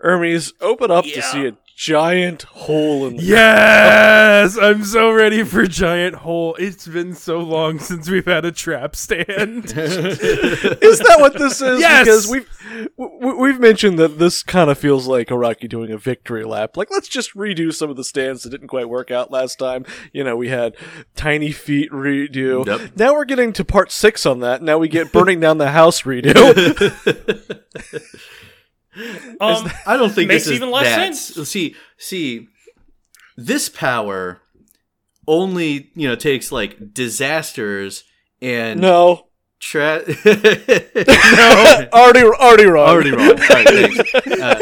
Speaker 2: Hermes open up to see a giant hole in the
Speaker 5: yes, I'm so ready for giant hole. It's been so long since we've had a trap stand.
Speaker 2: Is that what this is?
Speaker 5: Yes!
Speaker 2: Because we've w- w- we've mentioned that this kind of feels like Araki doing a victory lap. Like let's just redo some of the stands that didn't quite work out last time. You know, we had tiny feet redo.
Speaker 4: Yep.
Speaker 2: Now we're getting to part six on that. Now we get burning down the house redo.
Speaker 3: Um,
Speaker 4: I don't think
Speaker 3: Makes
Speaker 4: this is
Speaker 3: even less
Speaker 4: that.
Speaker 3: sense.
Speaker 4: See, see, this power only you know takes like disasters and
Speaker 2: no,
Speaker 4: tra-
Speaker 2: already already wrong.
Speaker 4: already wrong. All right, thanks. Uh,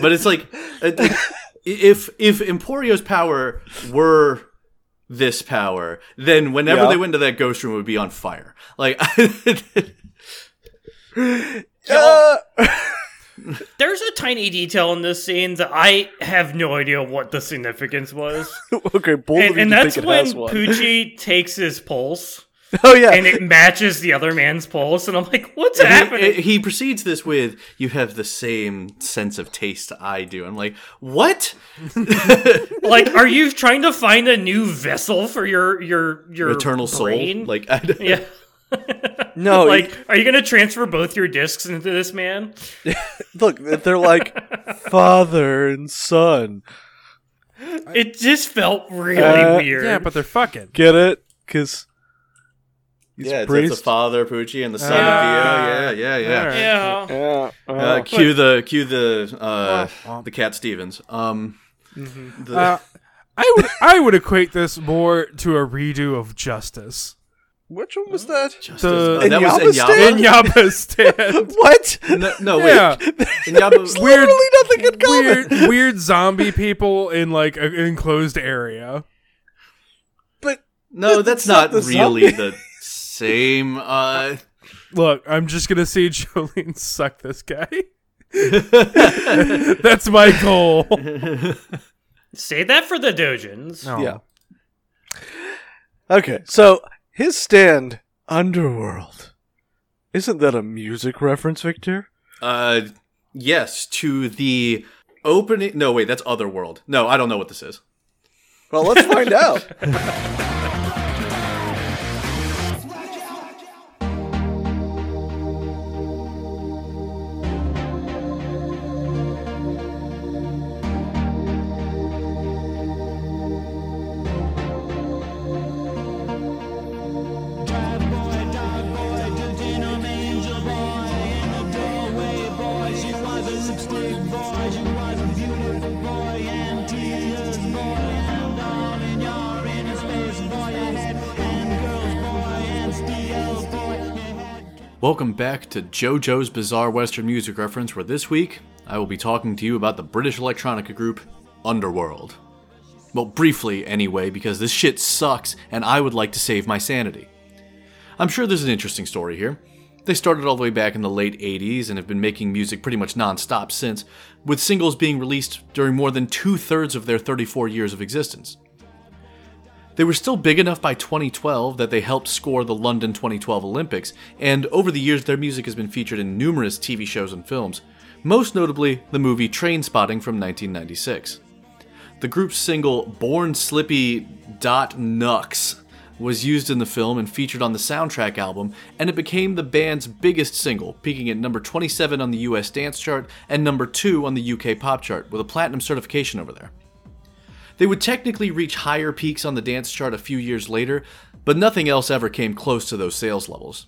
Speaker 4: but it's like it- it- if if Emporio's power were this power, then whenever
Speaker 2: Yeah.
Speaker 4: they went to that ghost room, it would be on fire. Like.
Speaker 2: Uh,
Speaker 3: There's a tiny detail in this scene that I have no idea what the significance was.
Speaker 2: okay, bold of
Speaker 3: and
Speaker 2: you
Speaker 3: and
Speaker 2: to
Speaker 3: that's
Speaker 2: think it
Speaker 3: when
Speaker 2: has one.
Speaker 3: Poochie takes his pulse
Speaker 2: oh yeah,
Speaker 3: and it matches the other man's pulse. And I'm like, what's
Speaker 4: he-
Speaker 3: happening?
Speaker 4: He, precedes this with, "You have the same sense of taste I do." I'm like, "What?
Speaker 3: like, are you trying to find a new vessel for your your your
Speaker 4: Eternal
Speaker 3: brain?
Speaker 4: soul? Like, I don't-
Speaker 3: yeah.
Speaker 2: no,
Speaker 3: like,
Speaker 2: like
Speaker 3: are you going to transfer both your discs into this man?
Speaker 2: look, they're like father and son.
Speaker 3: It just felt really
Speaker 2: Uh,
Speaker 3: weird.
Speaker 5: yeah, but they're fucking.
Speaker 2: Get it? Because
Speaker 4: yeah, it's, it's
Speaker 2: priest.
Speaker 4: the father Poochie and the son
Speaker 5: Ah.
Speaker 4: of Dio. Yeah, yeah,
Speaker 5: All
Speaker 4: yeah."
Speaker 5: right.
Speaker 3: yeah.
Speaker 2: yeah,
Speaker 4: Uh, cue the cue the uh, the Cat Stevens. Um,
Speaker 2: Mm-hmm.
Speaker 4: the-
Speaker 5: Uh, I would I would equate this more to a redo of justice.
Speaker 2: which one was that?
Speaker 4: just
Speaker 5: the-
Speaker 4: as- uh, that
Speaker 2: Inyaba
Speaker 4: was
Speaker 2: stand?
Speaker 4: Inyaba.
Speaker 5: Inyaba stand.
Speaker 2: What?
Speaker 4: No, no
Speaker 5: Yeah.
Speaker 4: wait. Inyaba.
Speaker 5: Weird,
Speaker 2: Literally nothing in common.
Speaker 5: weird, weird zombie people in like an enclosed area.
Speaker 2: But
Speaker 4: No, that's not
Speaker 2: the
Speaker 4: really
Speaker 2: zombie.
Speaker 4: the same. Uh,
Speaker 5: Look, I'm just gonna see Jolene suck this guy. That's my goal.
Speaker 3: Say that for the Dojins.
Speaker 2: yeah. Okay, so his stand, Underworld. Isn't that a music reference, Victor?
Speaker 4: uh, yes, to the opening. No, wait, that's Otherworld. No, I don't know what this is.
Speaker 2: Well, let's find out.
Speaker 4: Welcome back to JoJo's Bizarre Western Music Reference, where this week I will be talking to you about the British electronica group Underworld. Well, briefly anyway, because this shit sucks and I would like to save my sanity. I'm sure there's an interesting story here. They started all the way back in the late 80s and have been making music pretty much non stop since, with singles being released during more than two thirds of their 34 years of existence. They were still big enough by 2012 that they helped score the London 2012 Olympics, and over the years their music has been featured in numerous TV shows and films, most notably the movie Train Spotting from 1996. The group's single Born Slippy Dot Nux was used in the film and featured on the soundtrack album, and it became the band's biggest single, peaking at number 27 on the US dance chart and number 2 on the UK pop chart, with a platinum certification over there. They would technically reach higher peaks on the dance chart a few years later, but nothing else ever came close to those sales levels.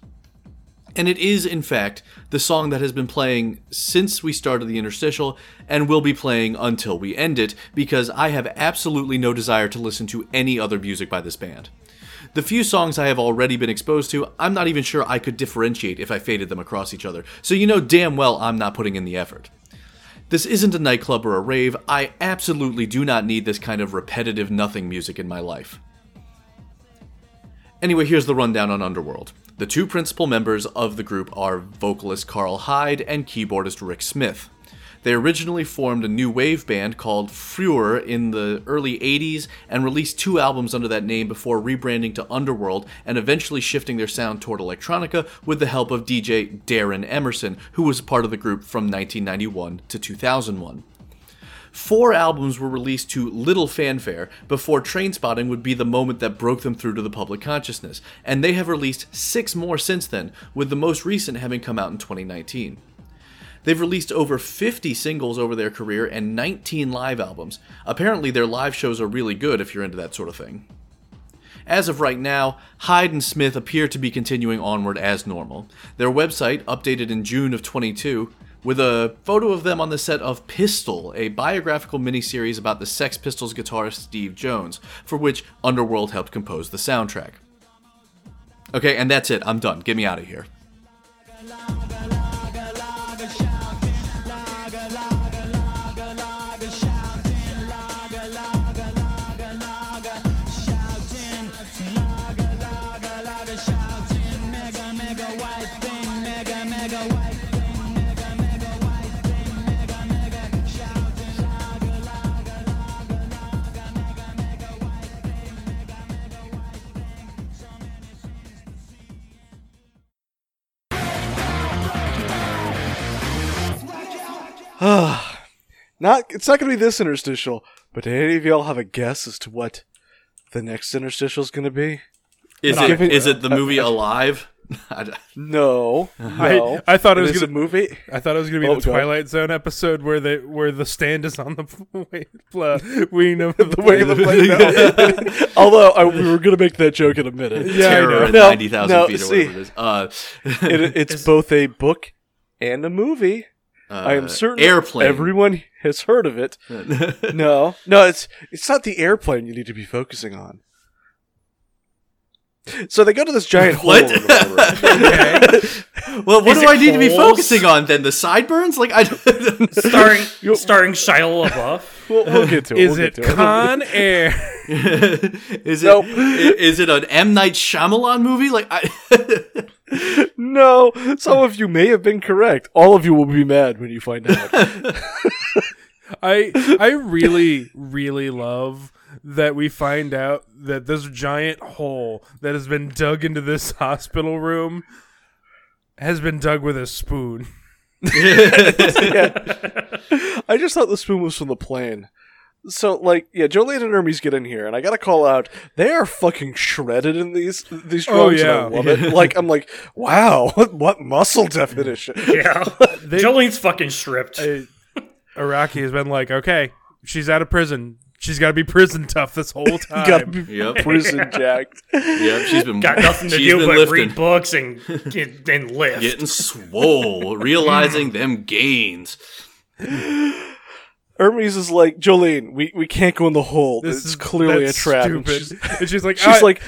Speaker 4: And it is, in fact, the song that has been playing since we started the interstitial and will be playing until we end it, because I have absolutely no desire to listen to any other music by this band. The few songs I have already been exposed to, I'm not even sure I could differentiate if I faded them across each other, so you know damn well I'm not putting in the effort. This isn't a nightclub or a rave. I absolutely do not need this kind of repetitive nothing music in my life. Anyway, here's the rundown on Underworld. The two principal members of the group are vocalist Carl Hyde and keyboardist Rick Smith. They originally formed a new wave band called Frewer in the early 80s and released two albums under that name before rebranding to Underworld and eventually shifting their sound toward electronica with the help of DJ Darren Emerson, who was part of the group from 1991 to 2001. Four albums were released to little fanfare before Trainspotting would be the moment that broke them through to the public consciousness, and they have released six more since then, with the most recent having come out in 2019. They've released over 50 singles over their career and 19 live albums. Apparently, their live shows are really good if you're into that sort of thing. As of right now, Hyde and Smith appear to be continuing onward as normal. Their website, updated in June of 22, with a photo of them on the set of Pistol, a biographical miniseries about the Sex Pistols guitarist Steve Jones, for which Underworld helped compose the soundtrack. Okay, and that's it. I'm done. Get me out of here.
Speaker 2: Not it's not going to be this interstitial, but do any of y'all have a guess as to what the next interstitial is going to be?
Speaker 4: Is
Speaker 2: But
Speaker 4: it
Speaker 2: I-
Speaker 4: is it the movie Alive? I d-
Speaker 2: No, no.
Speaker 5: I thought it was
Speaker 2: is
Speaker 5: gonna-
Speaker 2: a movie.
Speaker 5: I thought it was gonna be
Speaker 2: Oh,
Speaker 5: the
Speaker 2: go ahead.
Speaker 5: Twilight Zone episode where the where the stand is on the wait, pla- wing of the,
Speaker 2: Wait, the plane, no. Although I, we were going to make that joke in a minute.
Speaker 5: Yeah, I
Speaker 4: Terror
Speaker 5: know.
Speaker 4: at
Speaker 2: No,
Speaker 4: 90,000
Speaker 2: no,
Speaker 4: feet or
Speaker 2: see.
Speaker 4: whatever it is. Uh,
Speaker 2: It, it's both a book and a movie. I
Speaker 4: uh,
Speaker 2: am certain
Speaker 4: Airplane.
Speaker 2: Everyone has heard of it. no, no, it's it's not the airplane you need to be focusing on. So they go to this giant hole.
Speaker 4: What?
Speaker 2: in the water.
Speaker 4: well, what
Speaker 3: Is
Speaker 4: do
Speaker 3: it
Speaker 4: I need to be
Speaker 3: holes?
Speaker 4: focusing on then? The sideburns? Like I don't.
Speaker 3: starring starring Shia LaBeouf.
Speaker 2: we'll, we'll get to it.
Speaker 5: Is
Speaker 2: we'll
Speaker 5: it
Speaker 2: get to
Speaker 5: Con Air?
Speaker 4: is it
Speaker 2: Nope.
Speaker 4: i- is it an M Night Shyamalan movie? Like I,
Speaker 2: No, some of you may have been correct. All of you will be mad when you find out.
Speaker 5: I I really really love that we find out that this giant hole that has been dug into this hospital room has been dug with a spoon.
Speaker 2: I just thought the spoon was from the plane. So like yeah, Jolene and Hermes get in here, and I gotta call out they are fucking shredded in these these
Speaker 5: Oh,
Speaker 2: drugs.
Speaker 5: yeah.
Speaker 2: and I love it. Like I'm like, wow, what, what muscle definition?
Speaker 3: Yeah,
Speaker 5: They-
Speaker 3: Jolene's fucking stripped.
Speaker 5: I, Iraqi has been like, okay, she's out of prison. She's got to be prison tough this whole time.
Speaker 2: Gotta be
Speaker 4: Yep.
Speaker 2: prison jacked.
Speaker 4: Yep, she's been
Speaker 3: Got nothing to
Speaker 4: she's
Speaker 3: do
Speaker 4: been
Speaker 3: but
Speaker 4: lifting,
Speaker 3: read books and and lift.
Speaker 4: getting swole, realizing them gains.
Speaker 2: Hermes is like Jolene, we, we can't go in the hole.
Speaker 5: This
Speaker 2: it's
Speaker 5: is
Speaker 2: clearly a
Speaker 5: that's
Speaker 2: trap. And
Speaker 5: Stupid.
Speaker 2: she's-
Speaker 5: And she's like,
Speaker 2: She's
Speaker 5: I,
Speaker 2: like,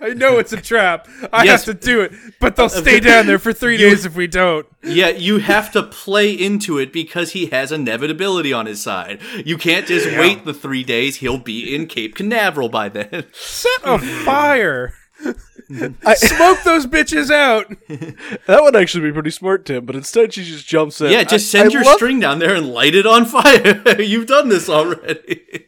Speaker 5: I know it's a trap. I
Speaker 4: Yes.
Speaker 5: have to do it, but they'll stay down there for three days if we don't.
Speaker 4: Yeah, you have to play into it because he has inevitability on his side. You can't just wait the three days. He'll be in Cape Canaveral by then.
Speaker 5: Set a fire.
Speaker 2: I-
Speaker 5: Smoke those bitches out.
Speaker 2: that would actually be pretty smart, Tim. But instead, she just jumps in.
Speaker 4: Yeah, just
Speaker 2: I-
Speaker 4: send
Speaker 2: I
Speaker 4: your
Speaker 2: love-
Speaker 4: string down there and light it on fire. You've done this already.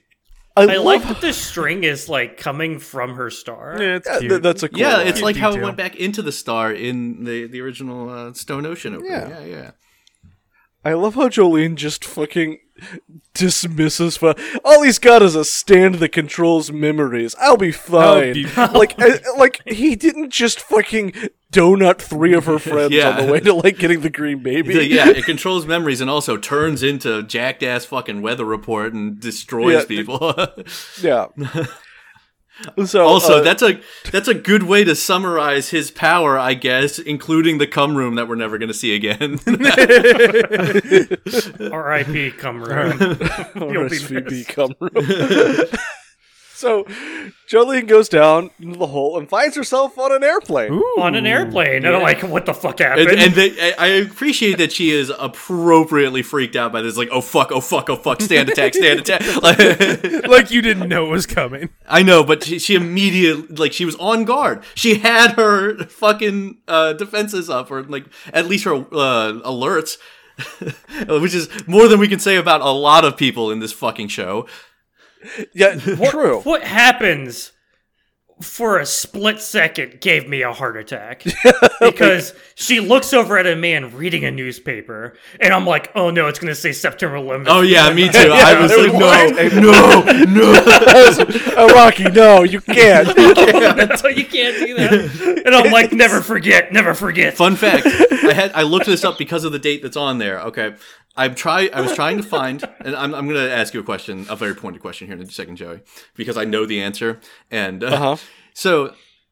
Speaker 2: I,
Speaker 3: I
Speaker 2: love
Speaker 3: like
Speaker 2: how-
Speaker 3: that the string is like coming from her star.
Speaker 5: Yeah, it's
Speaker 2: yeah,
Speaker 5: cute.
Speaker 2: th- that's a cool
Speaker 4: yeah,
Speaker 2: line.
Speaker 4: it's like how it
Speaker 5: detail.
Speaker 4: went back into the star in the the original uh, Stone Ocean opening.
Speaker 2: Yeah.
Speaker 4: Yeah, yeah. yeah.
Speaker 2: I love how Jolene just fucking dismisses. Fu- All he's got is a stand that controls memories. I'll be fine.
Speaker 5: be-
Speaker 2: like, I, like he didn't just fucking donut three of her friends
Speaker 4: Yeah.
Speaker 2: on the way to like getting the green baby.
Speaker 4: yeah, it controls memories and also turns into jackass fucking weather report and destroys
Speaker 2: Yeah.
Speaker 4: people.
Speaker 2: yeah. So
Speaker 4: also,
Speaker 2: uh,
Speaker 4: that's a that's a good way to summarize his power, I guess, including the cum room that we're never going to see again.
Speaker 3: R.I.P. Come room. You'll be
Speaker 2: RSVP
Speaker 3: missed.
Speaker 2: cum room. so Jolene goes down into the hole and finds herself on an airplane.
Speaker 3: on an airplane, and I'm like, what the fuck happened?
Speaker 4: and and they, I I appreciate that she is appropriately freaked out by this, like, oh fuck, oh fuck, oh fuck, stand attack, stand attack. Like,
Speaker 5: like you didn't know it was coming.
Speaker 4: I know, but she, she immediately like she was on guard. She had her fucking uh, defenses up, or like at least her uh, alerts, which is more than we can say about a lot of people in this fucking show.
Speaker 2: Yeah, true.
Speaker 3: what happens for a split second gave me a heart attack because she looks over at a man reading a newspaper, and I'm like, oh no, it's gonna say September 11th.
Speaker 4: Oh yeah, me too. I was like, no, no,
Speaker 2: Uh, Rocky, no, you can't.
Speaker 3: no, you can't do that. And I'm like, never forget, never forget.
Speaker 4: Fun fact: I had I looked this up because of the date that's on there. Okay, I'm try I was trying to find, and I'm I'm gonna ask you a question, a very pointed question here in a second, Joey, because I know the answer. And uh,
Speaker 2: Uh-huh.
Speaker 4: so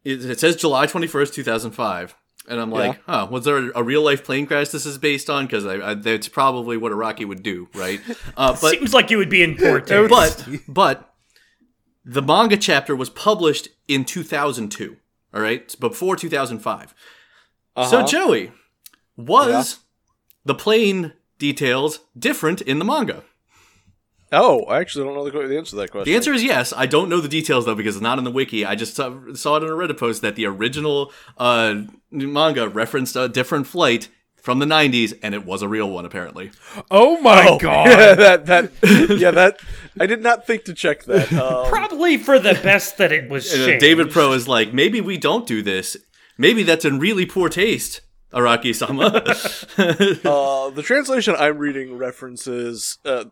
Speaker 4: it, it says July 21st, 2005. And I'm like, huh, was there a real life plane crash this is based on? Because I, I, that's probably what Iraqi would do, right? Uh, but
Speaker 3: Seems like you would be in poor taste.
Speaker 4: but but the manga chapter was published in 2002 all right It's before 2005 so
Speaker 2: Uh-huh.
Speaker 4: joey was the plane details different in the manga
Speaker 2: Oh, I actually don't know the, que- the answer to that question.
Speaker 4: the answer is yes i don't know the details though because it's not in the wiki i just saw, saw it in a reddit post that the original uh, manga referenced a different flight from the 90s and it was a real one apparently
Speaker 5: Oh my god.
Speaker 2: yeah, that that yeah that I did not think to check that. Um,
Speaker 3: Probably for the best that it was.
Speaker 4: And, uh,
Speaker 3: changed.
Speaker 4: David Pro is like, maybe we don't do this. Maybe that's in really poor taste, Araki Sama.
Speaker 2: uh, the translation I'm reading references uh,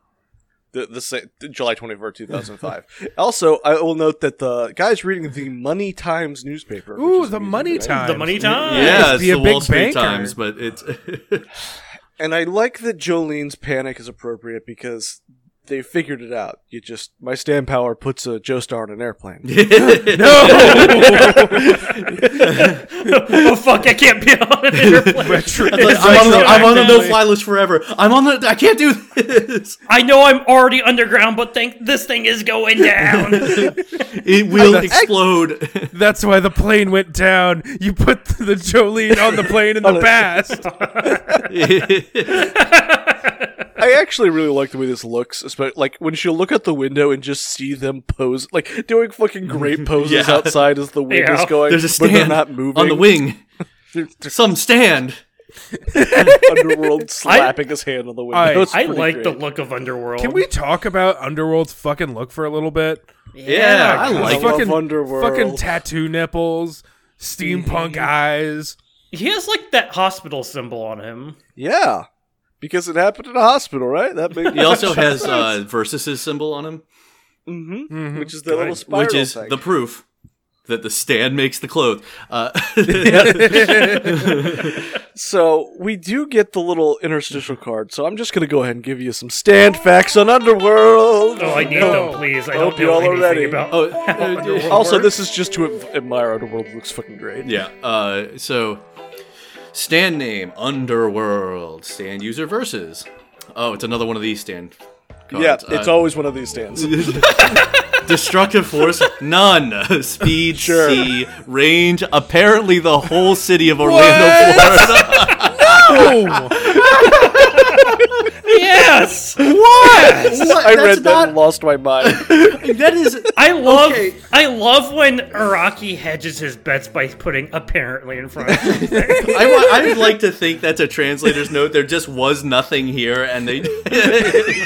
Speaker 2: the the sa- July 21st, 2005. also, I will note that the guy's reading the Money Times newspaper. which
Speaker 5: Ooh,
Speaker 2: is
Speaker 5: the
Speaker 2: amusing
Speaker 5: Money
Speaker 2: to me.
Speaker 5: Times.
Speaker 3: the money time.
Speaker 4: yeah, it's
Speaker 5: be a
Speaker 4: the Wall
Speaker 5: big
Speaker 4: Street
Speaker 5: banker.
Speaker 4: Times, but it's
Speaker 2: And I like that Jolene's panic is appropriate because they figured it out. You just my stand power puts a Joestar on an airplane.
Speaker 3: oh fuck, I can't be on an airplane.
Speaker 4: Like,
Speaker 5: Metro-
Speaker 4: I'm on, the, I'm on the
Speaker 3: Exactly.
Speaker 4: no-fly list forever. I'm on the. I can't do this.
Speaker 3: I know I'm already underground, but think this thing is going down.
Speaker 4: It will explode.
Speaker 5: That's why the plane went down. You put the Jolene on the plane in the past.
Speaker 2: I actually really like the way this looks, especially like when she'll look out the window and just see them pose, like doing fucking great poses
Speaker 4: Yeah.
Speaker 2: outside as the wind
Speaker 3: Yeah.
Speaker 2: is going.
Speaker 4: There's a
Speaker 2: but they're
Speaker 4: stand
Speaker 2: not moving.
Speaker 4: on the wing. Some stand.
Speaker 2: Underworld slapping his hand on the window.
Speaker 5: I-
Speaker 2: It's
Speaker 3: I
Speaker 2: pretty
Speaker 3: like the
Speaker 2: great.
Speaker 3: look of Underworld.
Speaker 5: Can we talk about Underworld's fucking look for a little bit?
Speaker 4: Yeah, I
Speaker 2: I
Speaker 4: like.
Speaker 2: love
Speaker 4: it.
Speaker 5: fucking
Speaker 2: Underworld.
Speaker 5: fucking tattoo nipples, steampunk eyes.
Speaker 3: He has like that hospital symbol on him.
Speaker 2: Yeah, because it happened in a hospital, right? That makes
Speaker 4: He also has uh, Versus's uh, symbol on him.
Speaker 2: Mm-hmm.
Speaker 5: Mhm.
Speaker 2: Which is the little spiral
Speaker 4: which is
Speaker 2: thing.
Speaker 4: the proof that the stand makes the clothes. Uh,
Speaker 2: so we do get the little interstitial card. So I'm just gonna go ahead and give you some stand facts on Underworld.
Speaker 3: Oh, I need
Speaker 2: No.
Speaker 3: them, please. I
Speaker 2: Hope
Speaker 3: don't
Speaker 2: you
Speaker 3: know
Speaker 2: all are
Speaker 3: anything
Speaker 2: ready.
Speaker 3: about.
Speaker 4: oh,
Speaker 2: Also, this is just to ad- admire Underworld. It looks fucking great.
Speaker 4: yeah. Uh, so, stand name Underworld stand user versus. Oh, it's another one of these stand. Cards.
Speaker 2: Yeah, it's
Speaker 4: Uh,
Speaker 2: always one of these stands.
Speaker 4: destructive force none. Speed
Speaker 2: Sure.
Speaker 4: C range. Apparently, the whole city of Orlando, Florida.
Speaker 5: Oh,
Speaker 3: yes,
Speaker 4: What?
Speaker 2: I
Speaker 4: That's
Speaker 2: read that and
Speaker 4: not-
Speaker 2: lost my mind.
Speaker 4: That is
Speaker 3: I love.
Speaker 4: Okay.
Speaker 3: I love when Araki hedges his bets by putting apparently in front. of him.
Speaker 4: I, wa- I would like to think that's a translator's note. There just was nothing here, and they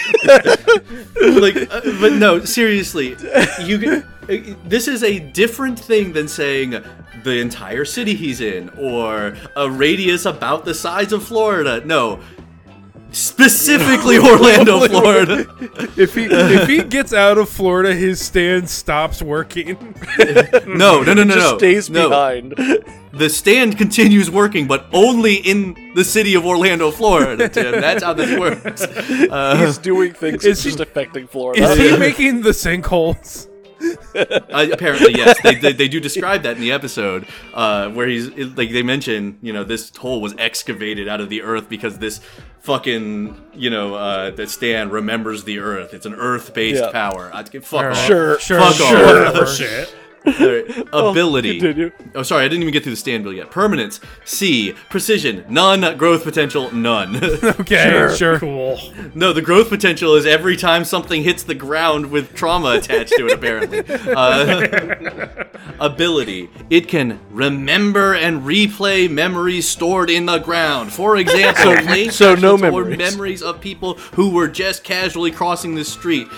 Speaker 4: like. uh, but no, seriously, you. Can, uh, this is a different thing than saying the entire city he's in or a radius about the size of Florida. No, specifically Orlando, Florida.
Speaker 5: if he if he gets out of Florida, his stand stops working.
Speaker 4: No, no, no, no,
Speaker 2: just
Speaker 4: no.
Speaker 2: stays
Speaker 4: no.
Speaker 2: behind.
Speaker 4: The stand continues working, but only in the city of Orlando, Florida. Tim, that's how this works. Uh,
Speaker 2: He's doing things that's
Speaker 5: Is he-
Speaker 2: just affecting Florida.
Speaker 5: Is he making the sinkholes?
Speaker 4: Uh, apparently, yes. They, they, they do describe that in the episode uh, where he's like they mention you know this hole was excavated out of the earth because this fucking you know uh, that stand remembers the earth. It's an earth based
Speaker 2: Yeah.
Speaker 4: power. I, fuck off.
Speaker 2: Sure,
Speaker 5: sure,
Speaker 4: Fuck
Speaker 5: sure.
Speaker 4: off.
Speaker 3: Shit.
Speaker 4: Alright, Ability.
Speaker 2: continue.
Speaker 4: Oh, sorry, I didn't even get through the stand bill yet. Permanence. C. Precision. None. Growth potential. None.
Speaker 5: Okay, sure.
Speaker 3: Cool.
Speaker 4: no, the growth potential is every time something hits the ground with trauma attached to it, apparently. Uh, ability. It can remember and replay memories stored in the ground. For example, play
Speaker 2: so no
Speaker 4: captions or
Speaker 2: memories.
Speaker 4: memories of people who were just casually crossing the street.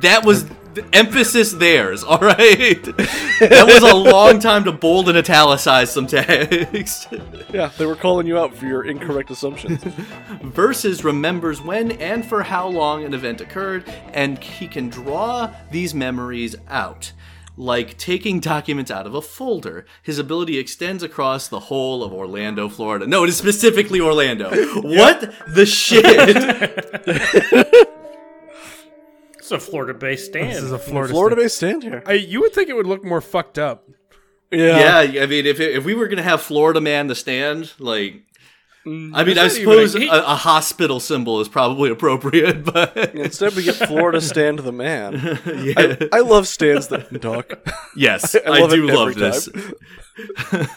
Speaker 4: That was the emphasis theirs, all right? That was a long time to bold and italicize some text.
Speaker 2: Yeah, they were calling you out for your incorrect assumptions.
Speaker 4: Versus remembers when and for how long an event occurred, and he can draw these memories out. Like taking documents out of a folder. His ability extends across the whole of Orlando, Florida. No, it is specifically Orlando. What the shit?
Speaker 3: It's a Florida-based stand.
Speaker 5: This is a Florida.
Speaker 2: Florida
Speaker 5: stand.
Speaker 2: based stand here.
Speaker 5: I, you would think it would look more fucked up.
Speaker 4: yeah, I mean, if, it, if we were going to have Florida Man the stand, like.
Speaker 2: Mm,
Speaker 4: I mean, I
Speaker 5: not even a-
Speaker 4: suppose a, a hospital symbol is probably appropriate, but
Speaker 2: Instead, we get Florida Stand the Man. I, I love stands that can talk.
Speaker 4: yes,
Speaker 2: I
Speaker 4: I,
Speaker 2: love it
Speaker 4: do love
Speaker 2: every
Speaker 4: this.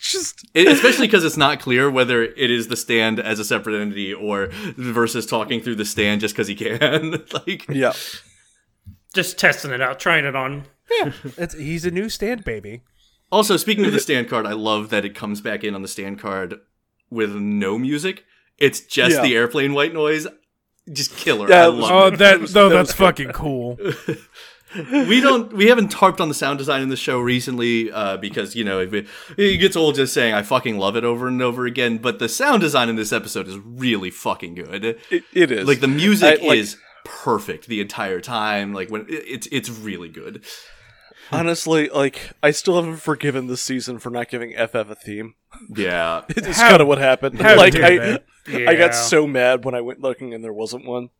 Speaker 2: Just
Speaker 4: It- especially because it's not clear whether it is the stand as a separate entity or versus talking through the stand just because he can. like,
Speaker 2: yeah,
Speaker 3: Just testing it out, trying it on.
Speaker 5: That's he's a new stand baby.
Speaker 4: also speaking of the stand card, I love that it comes back in on the stand card with no music. It's just
Speaker 2: Yeah.
Speaker 4: the airplane white noise. Just killer.
Speaker 2: Yeah, uh,
Speaker 4: I
Speaker 2: it was-
Speaker 5: Oh,
Speaker 4: love
Speaker 5: that no, that's fucking cool.
Speaker 4: it. We don't. We haven't harped on the sound design in the show recently uh, because you know it, it gets old just saying I fucking love it over and over again. But the sound design in this episode is really fucking good.
Speaker 2: it, it is.
Speaker 4: like the music
Speaker 2: I- like-
Speaker 4: is perfect the entire time like when it- it's it's really good
Speaker 2: honestly, like I still haven't forgiven this season for not giving FF a theme.
Speaker 4: yeah
Speaker 2: It's kind of what happened.
Speaker 5: how
Speaker 2: Like
Speaker 5: dare
Speaker 2: I,
Speaker 5: they.
Speaker 2: I
Speaker 3: Yeah.
Speaker 2: got so mad when I went looking and there wasn't one.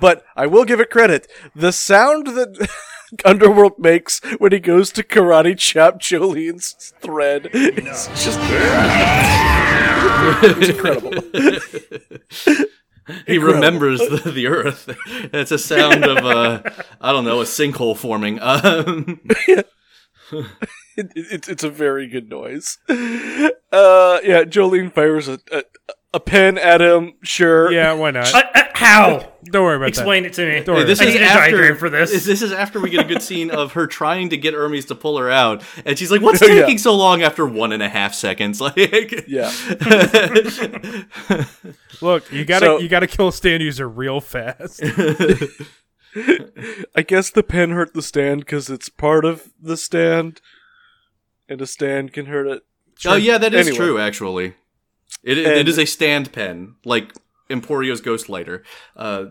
Speaker 2: But I will give it credit. The sound that Underworld makes when he goes to karate chop Jolene's thread is just it's incredible.
Speaker 4: he remembers the, the earth that's a sound of uh i don't know a sinkhole forming um
Speaker 2: It, it, it's- it's a very good noise. Uh, yeah, Jolene fires a, a, a pen at him. Sure.
Speaker 5: Yeah, why not?
Speaker 3: Uh, uh, how?
Speaker 5: Don't worry about
Speaker 3: Explain it to me.
Speaker 5: worry.
Speaker 4: this
Speaker 3: I
Speaker 4: is
Speaker 3: need a
Speaker 4: after
Speaker 3: diagram for this.
Speaker 4: is- this is after we get a good scene of her trying to get hermes to pull her out and she's like what's taking
Speaker 2: yeah.
Speaker 4: so long after one and a half seconds like
Speaker 2: Yeah.
Speaker 5: that. Look, you gotta
Speaker 2: So-
Speaker 5: you gotta kill a stand user real fast.
Speaker 2: I guess the pen hurt the stand because it's part of the stand, and a stand can hurt it.
Speaker 4: Oh yeah, that is
Speaker 2: Anyway.
Speaker 4: true. Actually, it, it,
Speaker 2: And-
Speaker 4: it is a stand pen, like Emporio's ghost lighter. Uh,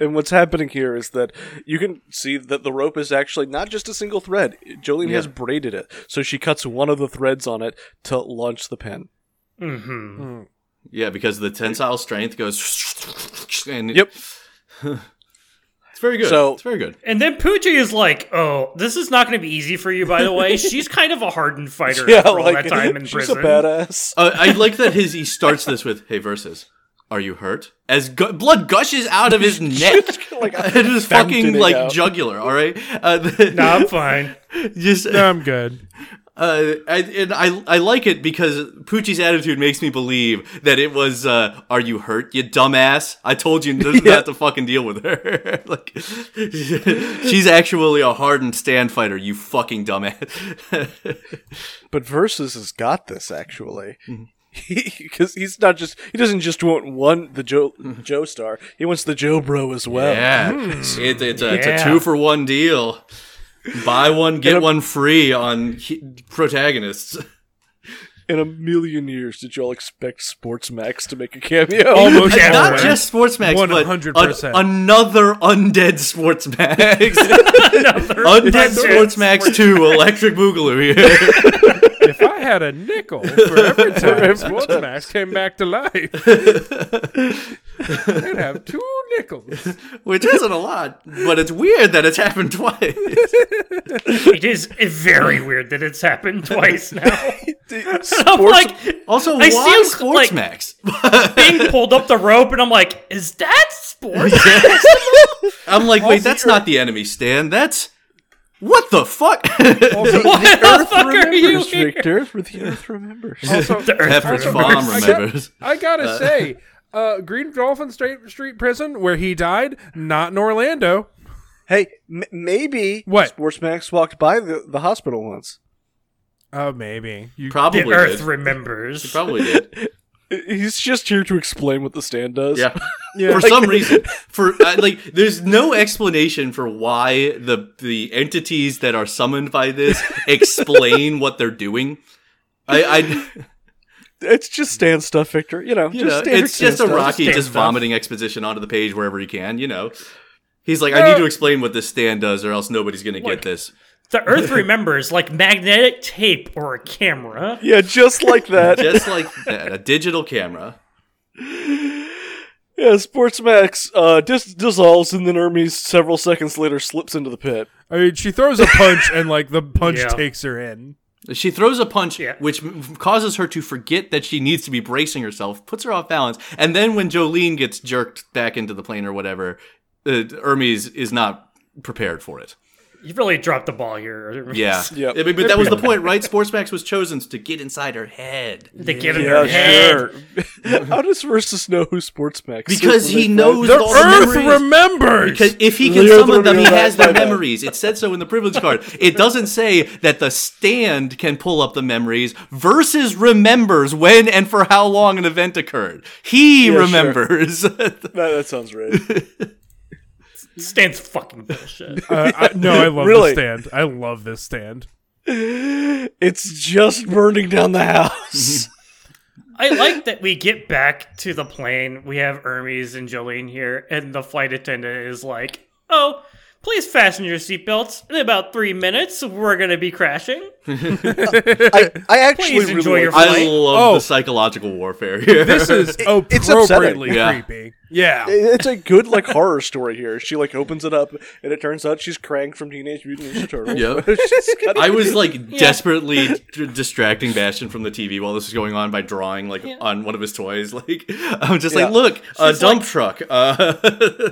Speaker 2: And what's happening here is that you can see that the rope is actually not just a single thread. Jolene has braided it, so she cuts one of the threads on it to launch the pin.
Speaker 3: Mm-hmm.
Speaker 4: Yeah, because the tensile strength goes. And
Speaker 2: Yep.
Speaker 4: it's very good.
Speaker 2: So-
Speaker 4: it's very good.
Speaker 3: And then Poochie is like, "Oh, this is not going to be easy for you." By the way, she's kind of a hardened fighter for all that time in
Speaker 2: she's
Speaker 3: prison.
Speaker 2: a badass.
Speaker 4: Uh, I like that his he starts this with, "Hey, versus, are you hurt?" As gu- blood gushes out of his neck,
Speaker 2: Like,
Speaker 4: it was fucking
Speaker 2: fountain it
Speaker 4: like
Speaker 2: out.
Speaker 4: jugular. All right, uh, the-
Speaker 3: No, I'm fine.
Speaker 4: just
Speaker 5: No, I'm good.
Speaker 4: uh, I, and I I like it because Poochie's attitude makes me believe that it was, uh, "Are you hurt, you dumbass? I told you not not to fucking deal with her." like, she's actually a hardened stand fighter. You fucking dumbass.
Speaker 2: But Versus has got this actually.
Speaker 4: Mm-hmm.
Speaker 2: Because he's not just he doesn't just want one the Joe Joe star he wants the Joe bro as
Speaker 4: Oh.
Speaker 2: well.
Speaker 4: Mm-hmm. Yeah, It- it's, a, it's a
Speaker 3: Hmm. Yeah.
Speaker 4: two for one deal. Buy one,
Speaker 2: And
Speaker 4: get
Speaker 2: a-
Speaker 4: one free on he- protagonists.
Speaker 2: In a million years, did y'all expect Sports Max to make a cameo?
Speaker 5: Almost
Speaker 3: Yeah,
Speaker 4: Not
Speaker 5: always.
Speaker 4: just Sportsmax, but
Speaker 5: 100%.
Speaker 4: a- another undead Sportsmax. undead Sportsmax 2 Electric Boogaloo. Yeah.
Speaker 5: if I had a nickel for every time Sports Max came back to life, I'd have two nickels.
Speaker 4: Which isn't a lot, but it's weird that it's happened twice.
Speaker 3: It is very weird that it's happened twice now. I'm
Speaker 2: Sports-
Speaker 3: like,
Speaker 4: Also,
Speaker 3: I
Speaker 4: why
Speaker 3: see him, like-
Speaker 4: Sportsmax?
Speaker 3: Bing pulled up the rope, and I'm like, "Is that sports?"
Speaker 4: I'm like, wait, that's not the enemy, Stan. That's. What the fuck?
Speaker 3: What the fuck are you
Speaker 2: remembers,
Speaker 3: here?
Speaker 2: Victor. For the Earth remembers.
Speaker 5: Also,
Speaker 3: The Earth
Speaker 4: Pepper's
Speaker 3: remembers.
Speaker 4: mom
Speaker 5: I got-
Speaker 4: remembers.
Speaker 5: I gotta say, uh, Green Dolphin State Street Prison, where he died, not in Orlando.
Speaker 2: hey, m- maybe
Speaker 5: What?
Speaker 2: Sports Max walked by the, the hospital once.
Speaker 5: Oh, maybe you.
Speaker 4: Probably
Speaker 3: The Earth
Speaker 4: did.
Speaker 3: remembers.
Speaker 4: Probably did.
Speaker 2: He's just here to explain what the stand does.
Speaker 4: Yeah.
Speaker 2: Yeah.
Speaker 4: for some reason, for uh, like, there's no explanation for why the the entities that are summoned by this explain what they're doing. I, I
Speaker 2: it's just stand stuff, Victor. You know,
Speaker 4: you
Speaker 2: just
Speaker 4: know,
Speaker 2: standard
Speaker 4: it's just a
Speaker 2: stand stuff.
Speaker 4: Rocky
Speaker 3: Stand
Speaker 4: just
Speaker 3: stuff.
Speaker 4: vomiting exposition onto the page wherever he can. You know, he's like, I need to explain what this stand does, or else nobody's gonna get
Speaker 3: Look.
Speaker 4: this.
Speaker 3: The Earth remembers, like magnetic tape or a camera.
Speaker 2: Yeah, just like that.
Speaker 4: Just like that, a digital camera.
Speaker 2: Yeah, Sportsmax uh, dis- dissolves and then Hermes several seconds later slips into the pit.
Speaker 5: I mean, she throws a punch, and like the punch
Speaker 3: Yeah.
Speaker 5: takes her in.
Speaker 4: She throws a punch,
Speaker 3: Yeah.
Speaker 4: which m- causes her to forget that she needs to be bracing herself, puts her off balance, and then when Jolene gets jerked back into the plane or whatever, uh, Hermes is not prepared for it.
Speaker 3: You really dropped the ball here.
Speaker 4: Yeah,
Speaker 2: Yep.
Speaker 4: I mean, but that was the point, right? Sportsmax was chosen to get inside her head
Speaker 3: They get in their head.
Speaker 2: How does Versus know who Sportsmax is?
Speaker 4: because he knows
Speaker 5: The
Speaker 4: all
Speaker 5: Earth
Speaker 4: memories.
Speaker 5: remembers.
Speaker 4: Because if he can
Speaker 2: Literally
Speaker 4: summon them, he
Speaker 2: realized
Speaker 4: has
Speaker 2: by
Speaker 4: their
Speaker 2: now.
Speaker 4: memories. It said so in the privilege card. It doesn't say that the stand can pull up the memories versus remembers when and for how long an event occurred. He
Speaker 2: sure.
Speaker 4: remembers.
Speaker 2: That, that sounds right.
Speaker 3: Stan's fucking bullshit.
Speaker 5: Uh, I, no, I love
Speaker 2: Really?
Speaker 5: this stand. I love this stand.
Speaker 2: it's just burning down the house.
Speaker 3: I like that we get back to the plane. We have Hermes and Jolene here, and the flight attendant is like, "Oh, please fasten your seatbelts. In about three minutes, we're gonna be crashing."
Speaker 2: I, I actually
Speaker 3: Please enjoy
Speaker 2: really
Speaker 3: your
Speaker 2: like-
Speaker 3: flight.
Speaker 4: I love
Speaker 5: Oh.
Speaker 4: the psychological warfare here.
Speaker 5: This is
Speaker 2: it's upsetting.
Speaker 5: appropriately
Speaker 4: Yeah.
Speaker 5: creepy. Yeah.
Speaker 2: It's a good like horror story here. She like opens it up, and it turns out she's Krang from Teenage Mutant Ninja Turtles.
Speaker 4: Yep.
Speaker 2: She's got a-
Speaker 4: I was like desperately d- distracting Bastion from the TV while this was going on by drawing like on one of his toys. Like I'm just
Speaker 2: Yeah.
Speaker 4: like, look, a dump truck. Uh,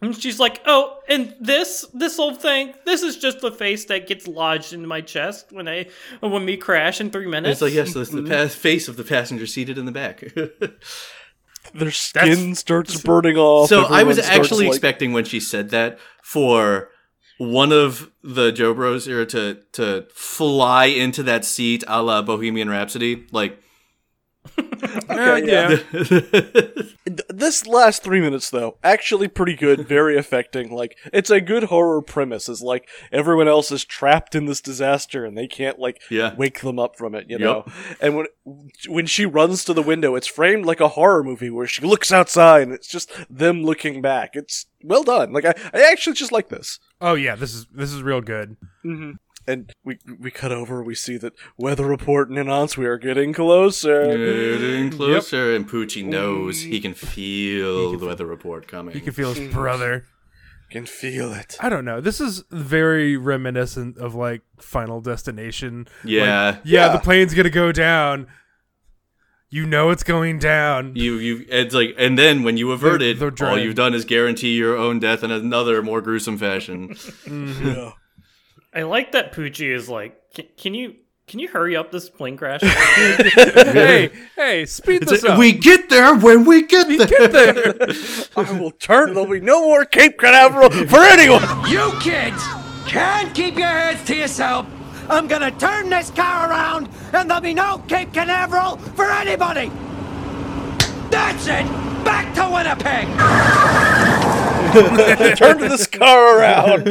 Speaker 3: And she's like, "Oh, and this this old thing. This is just the face that gets lodged in my chest when I when we crash in three minutes."
Speaker 4: it's like yes, that's the pa- face of the passenger seated in the back.
Speaker 2: their skin starts burning off.
Speaker 4: So I was
Speaker 2: everyone starts,
Speaker 4: actually
Speaker 2: like-
Speaker 4: expecting when she said that for one of the Joe Bros here to to fly into that seat a la Bohemian Rhapsody. Like
Speaker 5: Uh, yeah.
Speaker 2: Th- this last three minutes though actually pretty good very affecting like it's a good horror premise is like everyone else is trapped in this disaster and they can't like
Speaker 4: Yeah.
Speaker 2: wake them up from it you know and when when she runs to the window it's framed like a horror movie where she looks outside and it's just them looking back it's well done. Like I, I actually just like this.
Speaker 5: Oh yeah, this is this is real good.
Speaker 2: And we we cut over. We see that weather report and announce we are getting closer.
Speaker 4: Getting closer, and Poochie knows he can feel the weather report coming.
Speaker 5: You can feel his brother.
Speaker 2: Can feel it.
Speaker 5: I don't know. This is very reminiscent of like Final Destination.
Speaker 4: yeah,
Speaker 5: Yeah,
Speaker 2: Yeah.
Speaker 5: the plane's gonna go down. You know it's going down.
Speaker 4: you you it's like, and then when you avert it,
Speaker 5: they're
Speaker 4: all
Speaker 5: dreading.
Speaker 4: you've done is guarantee your own death in another more gruesome fashion.
Speaker 2: Yeah.
Speaker 3: I like that Poochie is like, can, can you can you hurry up this plane crash?
Speaker 5: hey, hey, speed
Speaker 4: It's
Speaker 5: this
Speaker 4: like,
Speaker 5: up.
Speaker 4: we get there when we get there.
Speaker 2: I will turn. There'll be no more Cape Canaveral for anyone.
Speaker 6: You kids can't keep your heads to yourself. I'm gonna turn this car around, and there'll be no Cape Canaveral for anybody. That's it. Back to Winnipeg.
Speaker 2: turn this car around.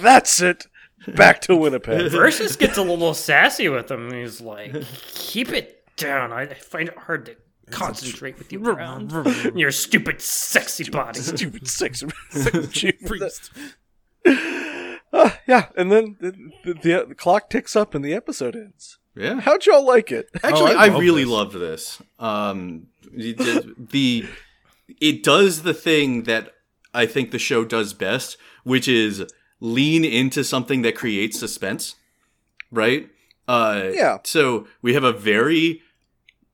Speaker 2: That's it. Back to Winnipeg.
Speaker 3: Versus gets a little sassy with him. He's like, keep it down. I I find it hard to concentrate with you around your stupid, sexy body.
Speaker 2: Stupid sex, priest. Uh, yeah, and then the, the, the, the clock ticks up and the episode ends.
Speaker 4: yeah.
Speaker 2: How'd y'all like it?
Speaker 4: Actually,
Speaker 5: Oh, I
Speaker 4: I,
Speaker 5: love
Speaker 4: really
Speaker 5: this.
Speaker 4: loved this. Um, it just- the it does the thing that I think the show does best, which is lean into something that creates suspense, right? Uh,
Speaker 2: Yeah.
Speaker 4: So we have a very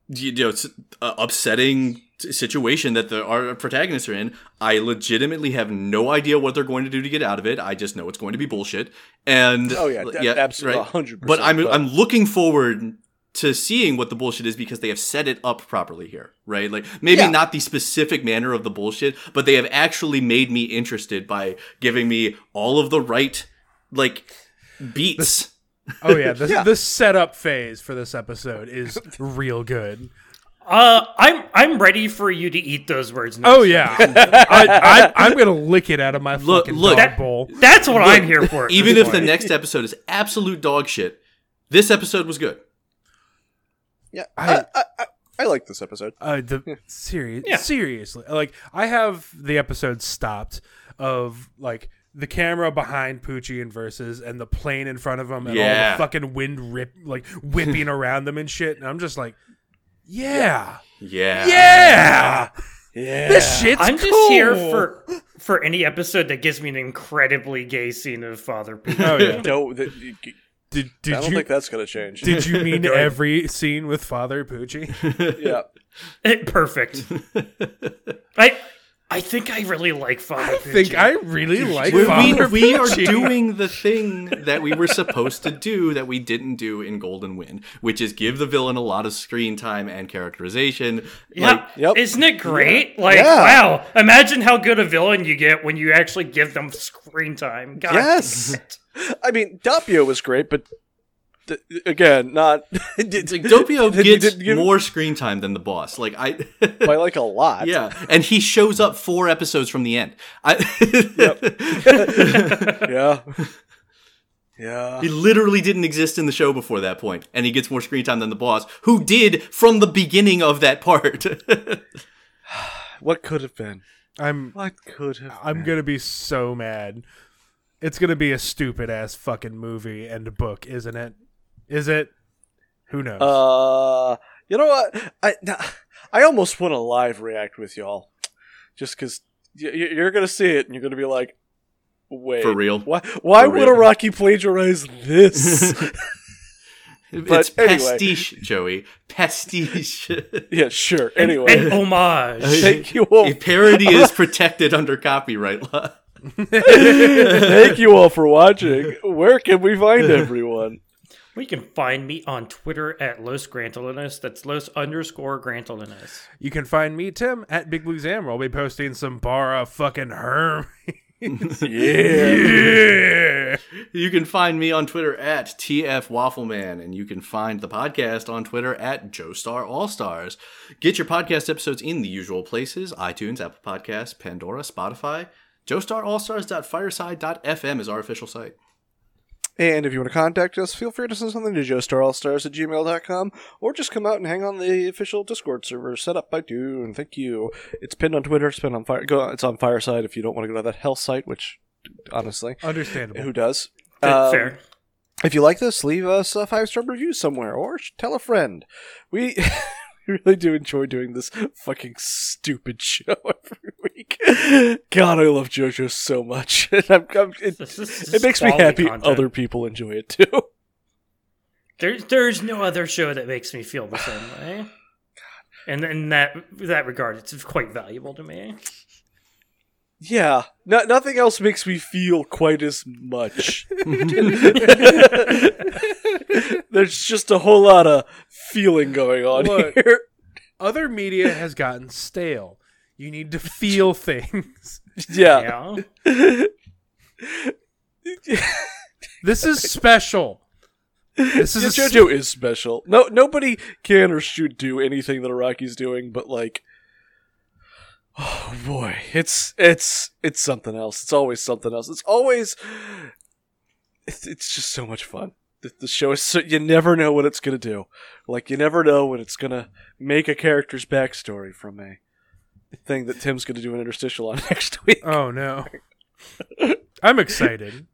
Speaker 4: you know s- uh, upsetting t- situation that the our protagonists are in. I legitimately have no idea what they're going to do to get out of it. I just know it's going to be bullshit. And
Speaker 2: Oh, yeah, d- absolutely, 100%,
Speaker 4: But I'm
Speaker 2: but-
Speaker 4: I'm looking forward to seeing what the bullshit is because they have set it up properly here, right? Like maybe
Speaker 2: Yeah.
Speaker 4: not the specific manner of the bullshit, but they have actually made me interested by giving me all of the right like beats.
Speaker 5: oh yeah, this
Speaker 2: Yeah.
Speaker 5: this setup phase for this episode is real good.
Speaker 3: Uh, I'm I'm ready for you to eat those words. Next.
Speaker 5: Oh yeah, I, I, I'm gonna lick it out of my
Speaker 4: Look-
Speaker 5: fucking
Speaker 4: look,
Speaker 5: dog
Speaker 4: that-
Speaker 5: bowl.
Speaker 3: that's what I'm here for. at this
Speaker 4: Even if the
Speaker 3: point.
Speaker 4: next episode is absolute dog shit, this episode was good. Oh,
Speaker 2: Yeah,
Speaker 5: I-
Speaker 2: I I, I, I like this episode.
Speaker 5: Uh, the serious,
Speaker 3: Yeah.
Speaker 5: seriously, like I have the episode stopped of like the camera behind Poochie and versus, and the plane in front of him, and all
Speaker 4: Yeah.
Speaker 5: the fucking wind rip like whipping around them and shit. And I'm just like, yeah,
Speaker 4: Yeah.
Speaker 5: yeah,
Speaker 2: Yeah,
Speaker 5: this shit's
Speaker 3: I'm just
Speaker 5: cool.
Speaker 3: here for for any episode that gives me an incredibly gay scene of Father Poochie.
Speaker 5: Oh yeah.
Speaker 2: No, that- you- you-
Speaker 5: Did
Speaker 2: I
Speaker 5: did
Speaker 2: don't
Speaker 5: you
Speaker 2: think that's gonna change.
Speaker 5: did you mean every scene with Father Poochie?
Speaker 2: yeah,
Speaker 3: Perfect. I I think I really like Father Poochie.
Speaker 5: I think I really like
Speaker 4: We, we,
Speaker 5: Father
Speaker 4: we are
Speaker 5: Poochie.
Speaker 4: doing the thing that we were supposed to do that we didn't do in Golden Wind, which is give the villain a lot of screen time and characterization.
Speaker 3: Yeah.
Speaker 4: Like,
Speaker 2: Yep.
Speaker 3: Isn't it great? Like,
Speaker 2: Yeah.
Speaker 3: wow. Imagine how good a villain you get when you actually give them screen time. God
Speaker 2: Yes.
Speaker 3: damn it.
Speaker 2: I mean Doppio was great, but d- again, not. did,
Speaker 4: like Doppio
Speaker 2: did-
Speaker 4: gets
Speaker 2: did give-
Speaker 4: more screen time than the boss. Like I,
Speaker 2: by like a lot.
Speaker 4: yeah, and he shows up four episodes from the end. I,
Speaker 2: yeah, yeah.
Speaker 4: he literally didn't exist in the show before that point, and he gets more screen time than the boss, who did from the beginning of that part.
Speaker 2: What could have been?
Speaker 5: I'm
Speaker 2: What could have?
Speaker 5: I'm gonna be so mad. It's gonna be a stupid ass fucking movie and a book, isn't it? Is it? Who knows?
Speaker 2: Uh, you know what? I nah, I almost want to live react with y'all, just because y- y- you're gonna see it and you're gonna be like, wait,
Speaker 4: For real?
Speaker 2: Why? Why
Speaker 4: For
Speaker 2: would a
Speaker 4: real.
Speaker 2: Rocky plagiarize this?
Speaker 4: it's
Speaker 2: anyway.
Speaker 4: pastiche, Joey. Pastiche.
Speaker 2: yeah, sure.
Speaker 3: An
Speaker 2: Anyway,
Speaker 3: oh, homage.
Speaker 2: thank you
Speaker 5: Oh.
Speaker 2: all.
Speaker 4: A parody is protected under copyright law.
Speaker 2: thank you all for watching. Where can we find everyone?
Speaker 3: We can find me on Twitter at Los Grantolinas. That's Los underscore Grantolinas.
Speaker 5: you can find me, Tim, at Big Blue Zam. where I'll be posting some bar of fucking Herm.
Speaker 2: Yeah.
Speaker 5: Yeah.
Speaker 4: You can find me on Twitter at TF Waffleman, and you can find the podcast on Twitter at Joestar All Stars. Get your podcast episodes in the usual places iTunes, Apple Podcasts, Pandora, Spotify. JoestarAllStars.fireside.fm is our official site.
Speaker 2: And if you want to contact us, feel free to send something to joestarallstars at gmail.com or just come out and hang on the official Discord server set up by Dune. Thank you. It's pinned on Twitter, it's pinned on Fire. Go, it's on Fireside if you don't want to go to that hell site, which, honestly,
Speaker 5: Understandable.
Speaker 2: who does?
Speaker 3: That's
Speaker 2: Um,
Speaker 3: fair.
Speaker 2: if you like this, leave us a five star review somewhere or sh- tell a friend. We we really do enjoy doing this fucking stupid show every week. God, I love JoJo so much. And I'm, I'm, it,
Speaker 3: This is just
Speaker 2: it makes me
Speaker 3: quality
Speaker 2: happy
Speaker 3: content.
Speaker 2: other people enjoy it too.
Speaker 3: There's there's no other show that makes me feel the same way. And in that that regard, it's quite valuable to me.
Speaker 2: Yeah, no, nothing else makes me feel quite as much. There's just a whole lot of feeling going on
Speaker 5: Look.
Speaker 2: here.
Speaker 5: Other media has gotten stale. You need to feel things.
Speaker 2: Yeah.
Speaker 3: Yeah.
Speaker 5: This is special. This is a
Speaker 2: Yeah, JoJo is special. No, nobody can or should do anything that Araki's doing, but like, oh boy, it's it's it's something else. It's always something else. It's always it's, it's just so much fun. The, the show is so you never know what it's gonna do. Like you never know when it's gonna make a character's backstory from a thing that Tim's gonna do an interstitial on next week.
Speaker 5: Oh no. I'm excited.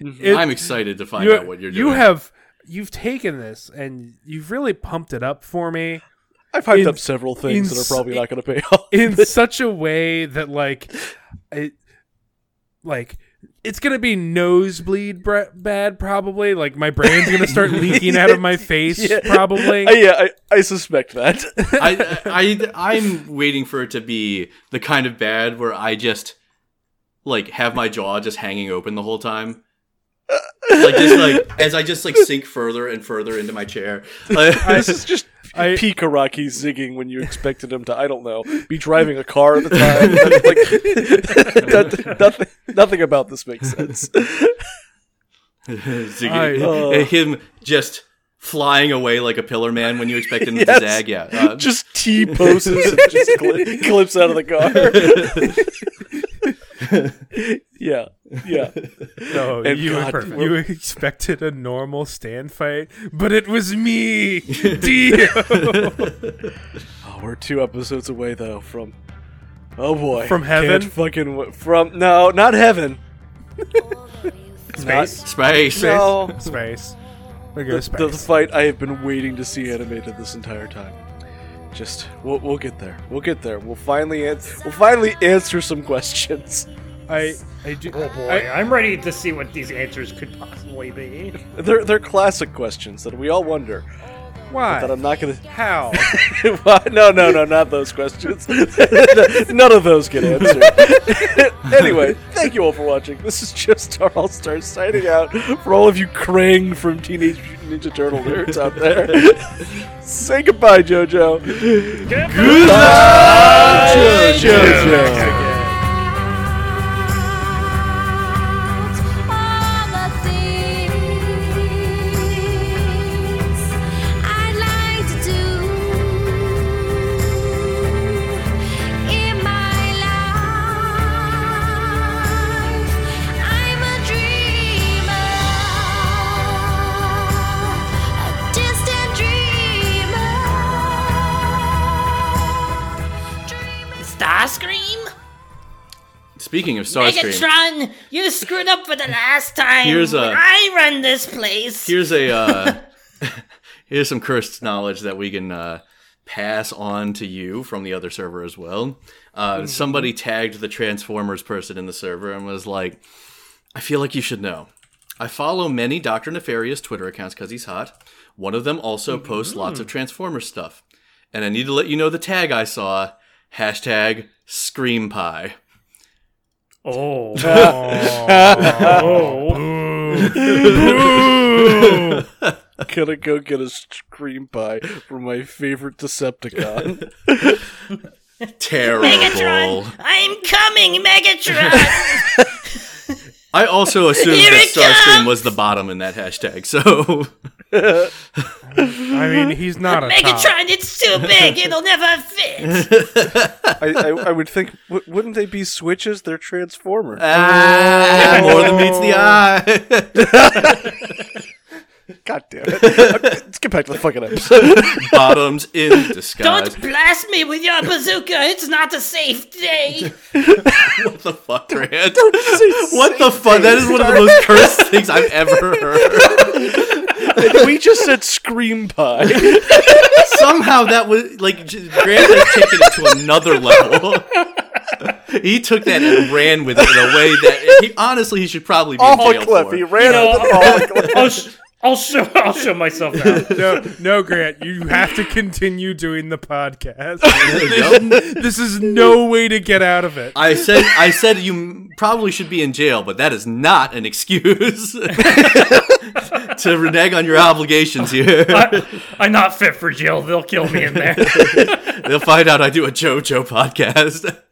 Speaker 5: It-
Speaker 4: I'm excited to find
Speaker 5: you-
Speaker 4: out what you're doing.
Speaker 5: You have you've taken this and you've really pumped it up for me
Speaker 2: I've hyped
Speaker 5: in-
Speaker 2: up several things that
Speaker 5: ins-
Speaker 2: are probably not gonna pay off.
Speaker 5: in such a way that like it like it's gonna be nosebleed bre- bad probably like my brain's gonna start leaking out of my face
Speaker 2: Yeah.
Speaker 5: probably
Speaker 2: Uh, yeah, I, I suspect that.
Speaker 4: I, I I'm waiting for it to be the kind of bad where I just like have my jaw just hanging open the whole time. Like just like as I just like sink further and further into my chair.
Speaker 2: this is just
Speaker 5: I-
Speaker 2: peak Iraqi zigging when you expected him to, I don't know, be driving a car at the time. Like, not- nothing, nothing about this makes sense.
Speaker 4: Ziggy-
Speaker 5: I-
Speaker 2: uh.
Speaker 4: him just flying away like a pillar man when you expect him
Speaker 2: Yes.
Speaker 4: to zag. Yeah, uh,
Speaker 2: Just T poses and just cli- clips out of the car. yeah, yeah.
Speaker 5: no
Speaker 2: And
Speaker 5: you,
Speaker 2: God,
Speaker 5: perfect. you
Speaker 2: we're-
Speaker 5: expected a normal stand fight but it was me Dio
Speaker 2: Oh, we're two episodes away though from. Oh boy!
Speaker 5: From heaven?
Speaker 2: Can't fucking w- from no, not heaven. Space.
Speaker 4: space.
Speaker 2: No.
Speaker 5: space we go
Speaker 2: Oh. the,
Speaker 5: space
Speaker 2: the fight I have been waiting to see animated this entire time. Just we'll, we'll get there. We'll get there. We'll finally ans- we'll finally answer some questions.
Speaker 5: I I do
Speaker 3: Oh boy,
Speaker 5: I-
Speaker 3: I, am ready to see what these answers could possibly be.
Speaker 2: They're they're classic questions that we all wonder.
Speaker 5: why
Speaker 2: That I'm not gonna.
Speaker 5: how
Speaker 2: Why- no, no, no, not those questions. None of those get answered. anyway, thank you all for watching. This is just Star All Stars signing out for all of you Krang from Teenage Mutant Ninja Turtle nerds out there. Say goodbye, JoJo. Goodbye, JoJo.
Speaker 1: Distant dreamer. dreamer.
Speaker 7: Starscream?
Speaker 4: Speaking of Starscream,
Speaker 7: Megatron, you screwed up for the last time.
Speaker 4: Here's a-
Speaker 7: I run this place.
Speaker 4: here's a uh, here's some cursed knowledge that we can uh, pass on to you from the other server as well.
Speaker 7: Mm-hmm.
Speaker 4: Uh, Somebody tagged the Transformers person in the server and was like, "I feel like you should know." I follow many Doctor Nefarious Twitter accounts because he's hot. One of them also
Speaker 7: Mm-hmm.
Speaker 4: posts lots of Transformers stuff, and I need to let you know the tag I saw: hashtag Scream Pie.
Speaker 3: Oh,
Speaker 2: Gonna go get a scream pie from my favorite Decepticon.
Speaker 4: Terrible.
Speaker 7: Megatron, I'm coming, Megatron.
Speaker 4: I also assumed
Speaker 7: Here
Speaker 4: that
Speaker 7: it
Speaker 4: Starscream
Speaker 7: comes!
Speaker 4: was the bottom in that hashtag, so
Speaker 5: I mean, he's not a cop.
Speaker 7: Megatron, it's too big. It'll never fit.
Speaker 2: I, I, I would think, w- wouldn't they be switches? They're Transformers.
Speaker 4: Ah, more than meets the eye.
Speaker 2: God damn it. Okay, Let's get back to the fucking episode.
Speaker 4: Bottoms in disguise.
Speaker 7: Don't blast me with your bazooka. It's not a safe day.
Speaker 4: What the fuck, Grant? What the fuck? That is one of the most cursed things I've ever heard.
Speaker 2: we just said Scream Pie.
Speaker 4: Somehow that was like j- Grant like taking it to another level. He took that and ran with it in a way that he honestly he should probably be in
Speaker 2: Awful
Speaker 4: jail
Speaker 2: clip.
Speaker 4: for.
Speaker 2: He ran
Speaker 3: No,
Speaker 2: out
Speaker 3: I'll, I'll, sh- I'll show I'll show myself now.
Speaker 5: No, no, Grant, you have to continue doing the podcast.
Speaker 4: There you go.
Speaker 5: this is no way to get out of it.
Speaker 4: I said I said you m- probably should be in jail, but that is not an excuse to renege on your obligations here.
Speaker 3: I'm not fit for jail. They'll kill me in there.
Speaker 4: They'll find out I do a JoJo podcast.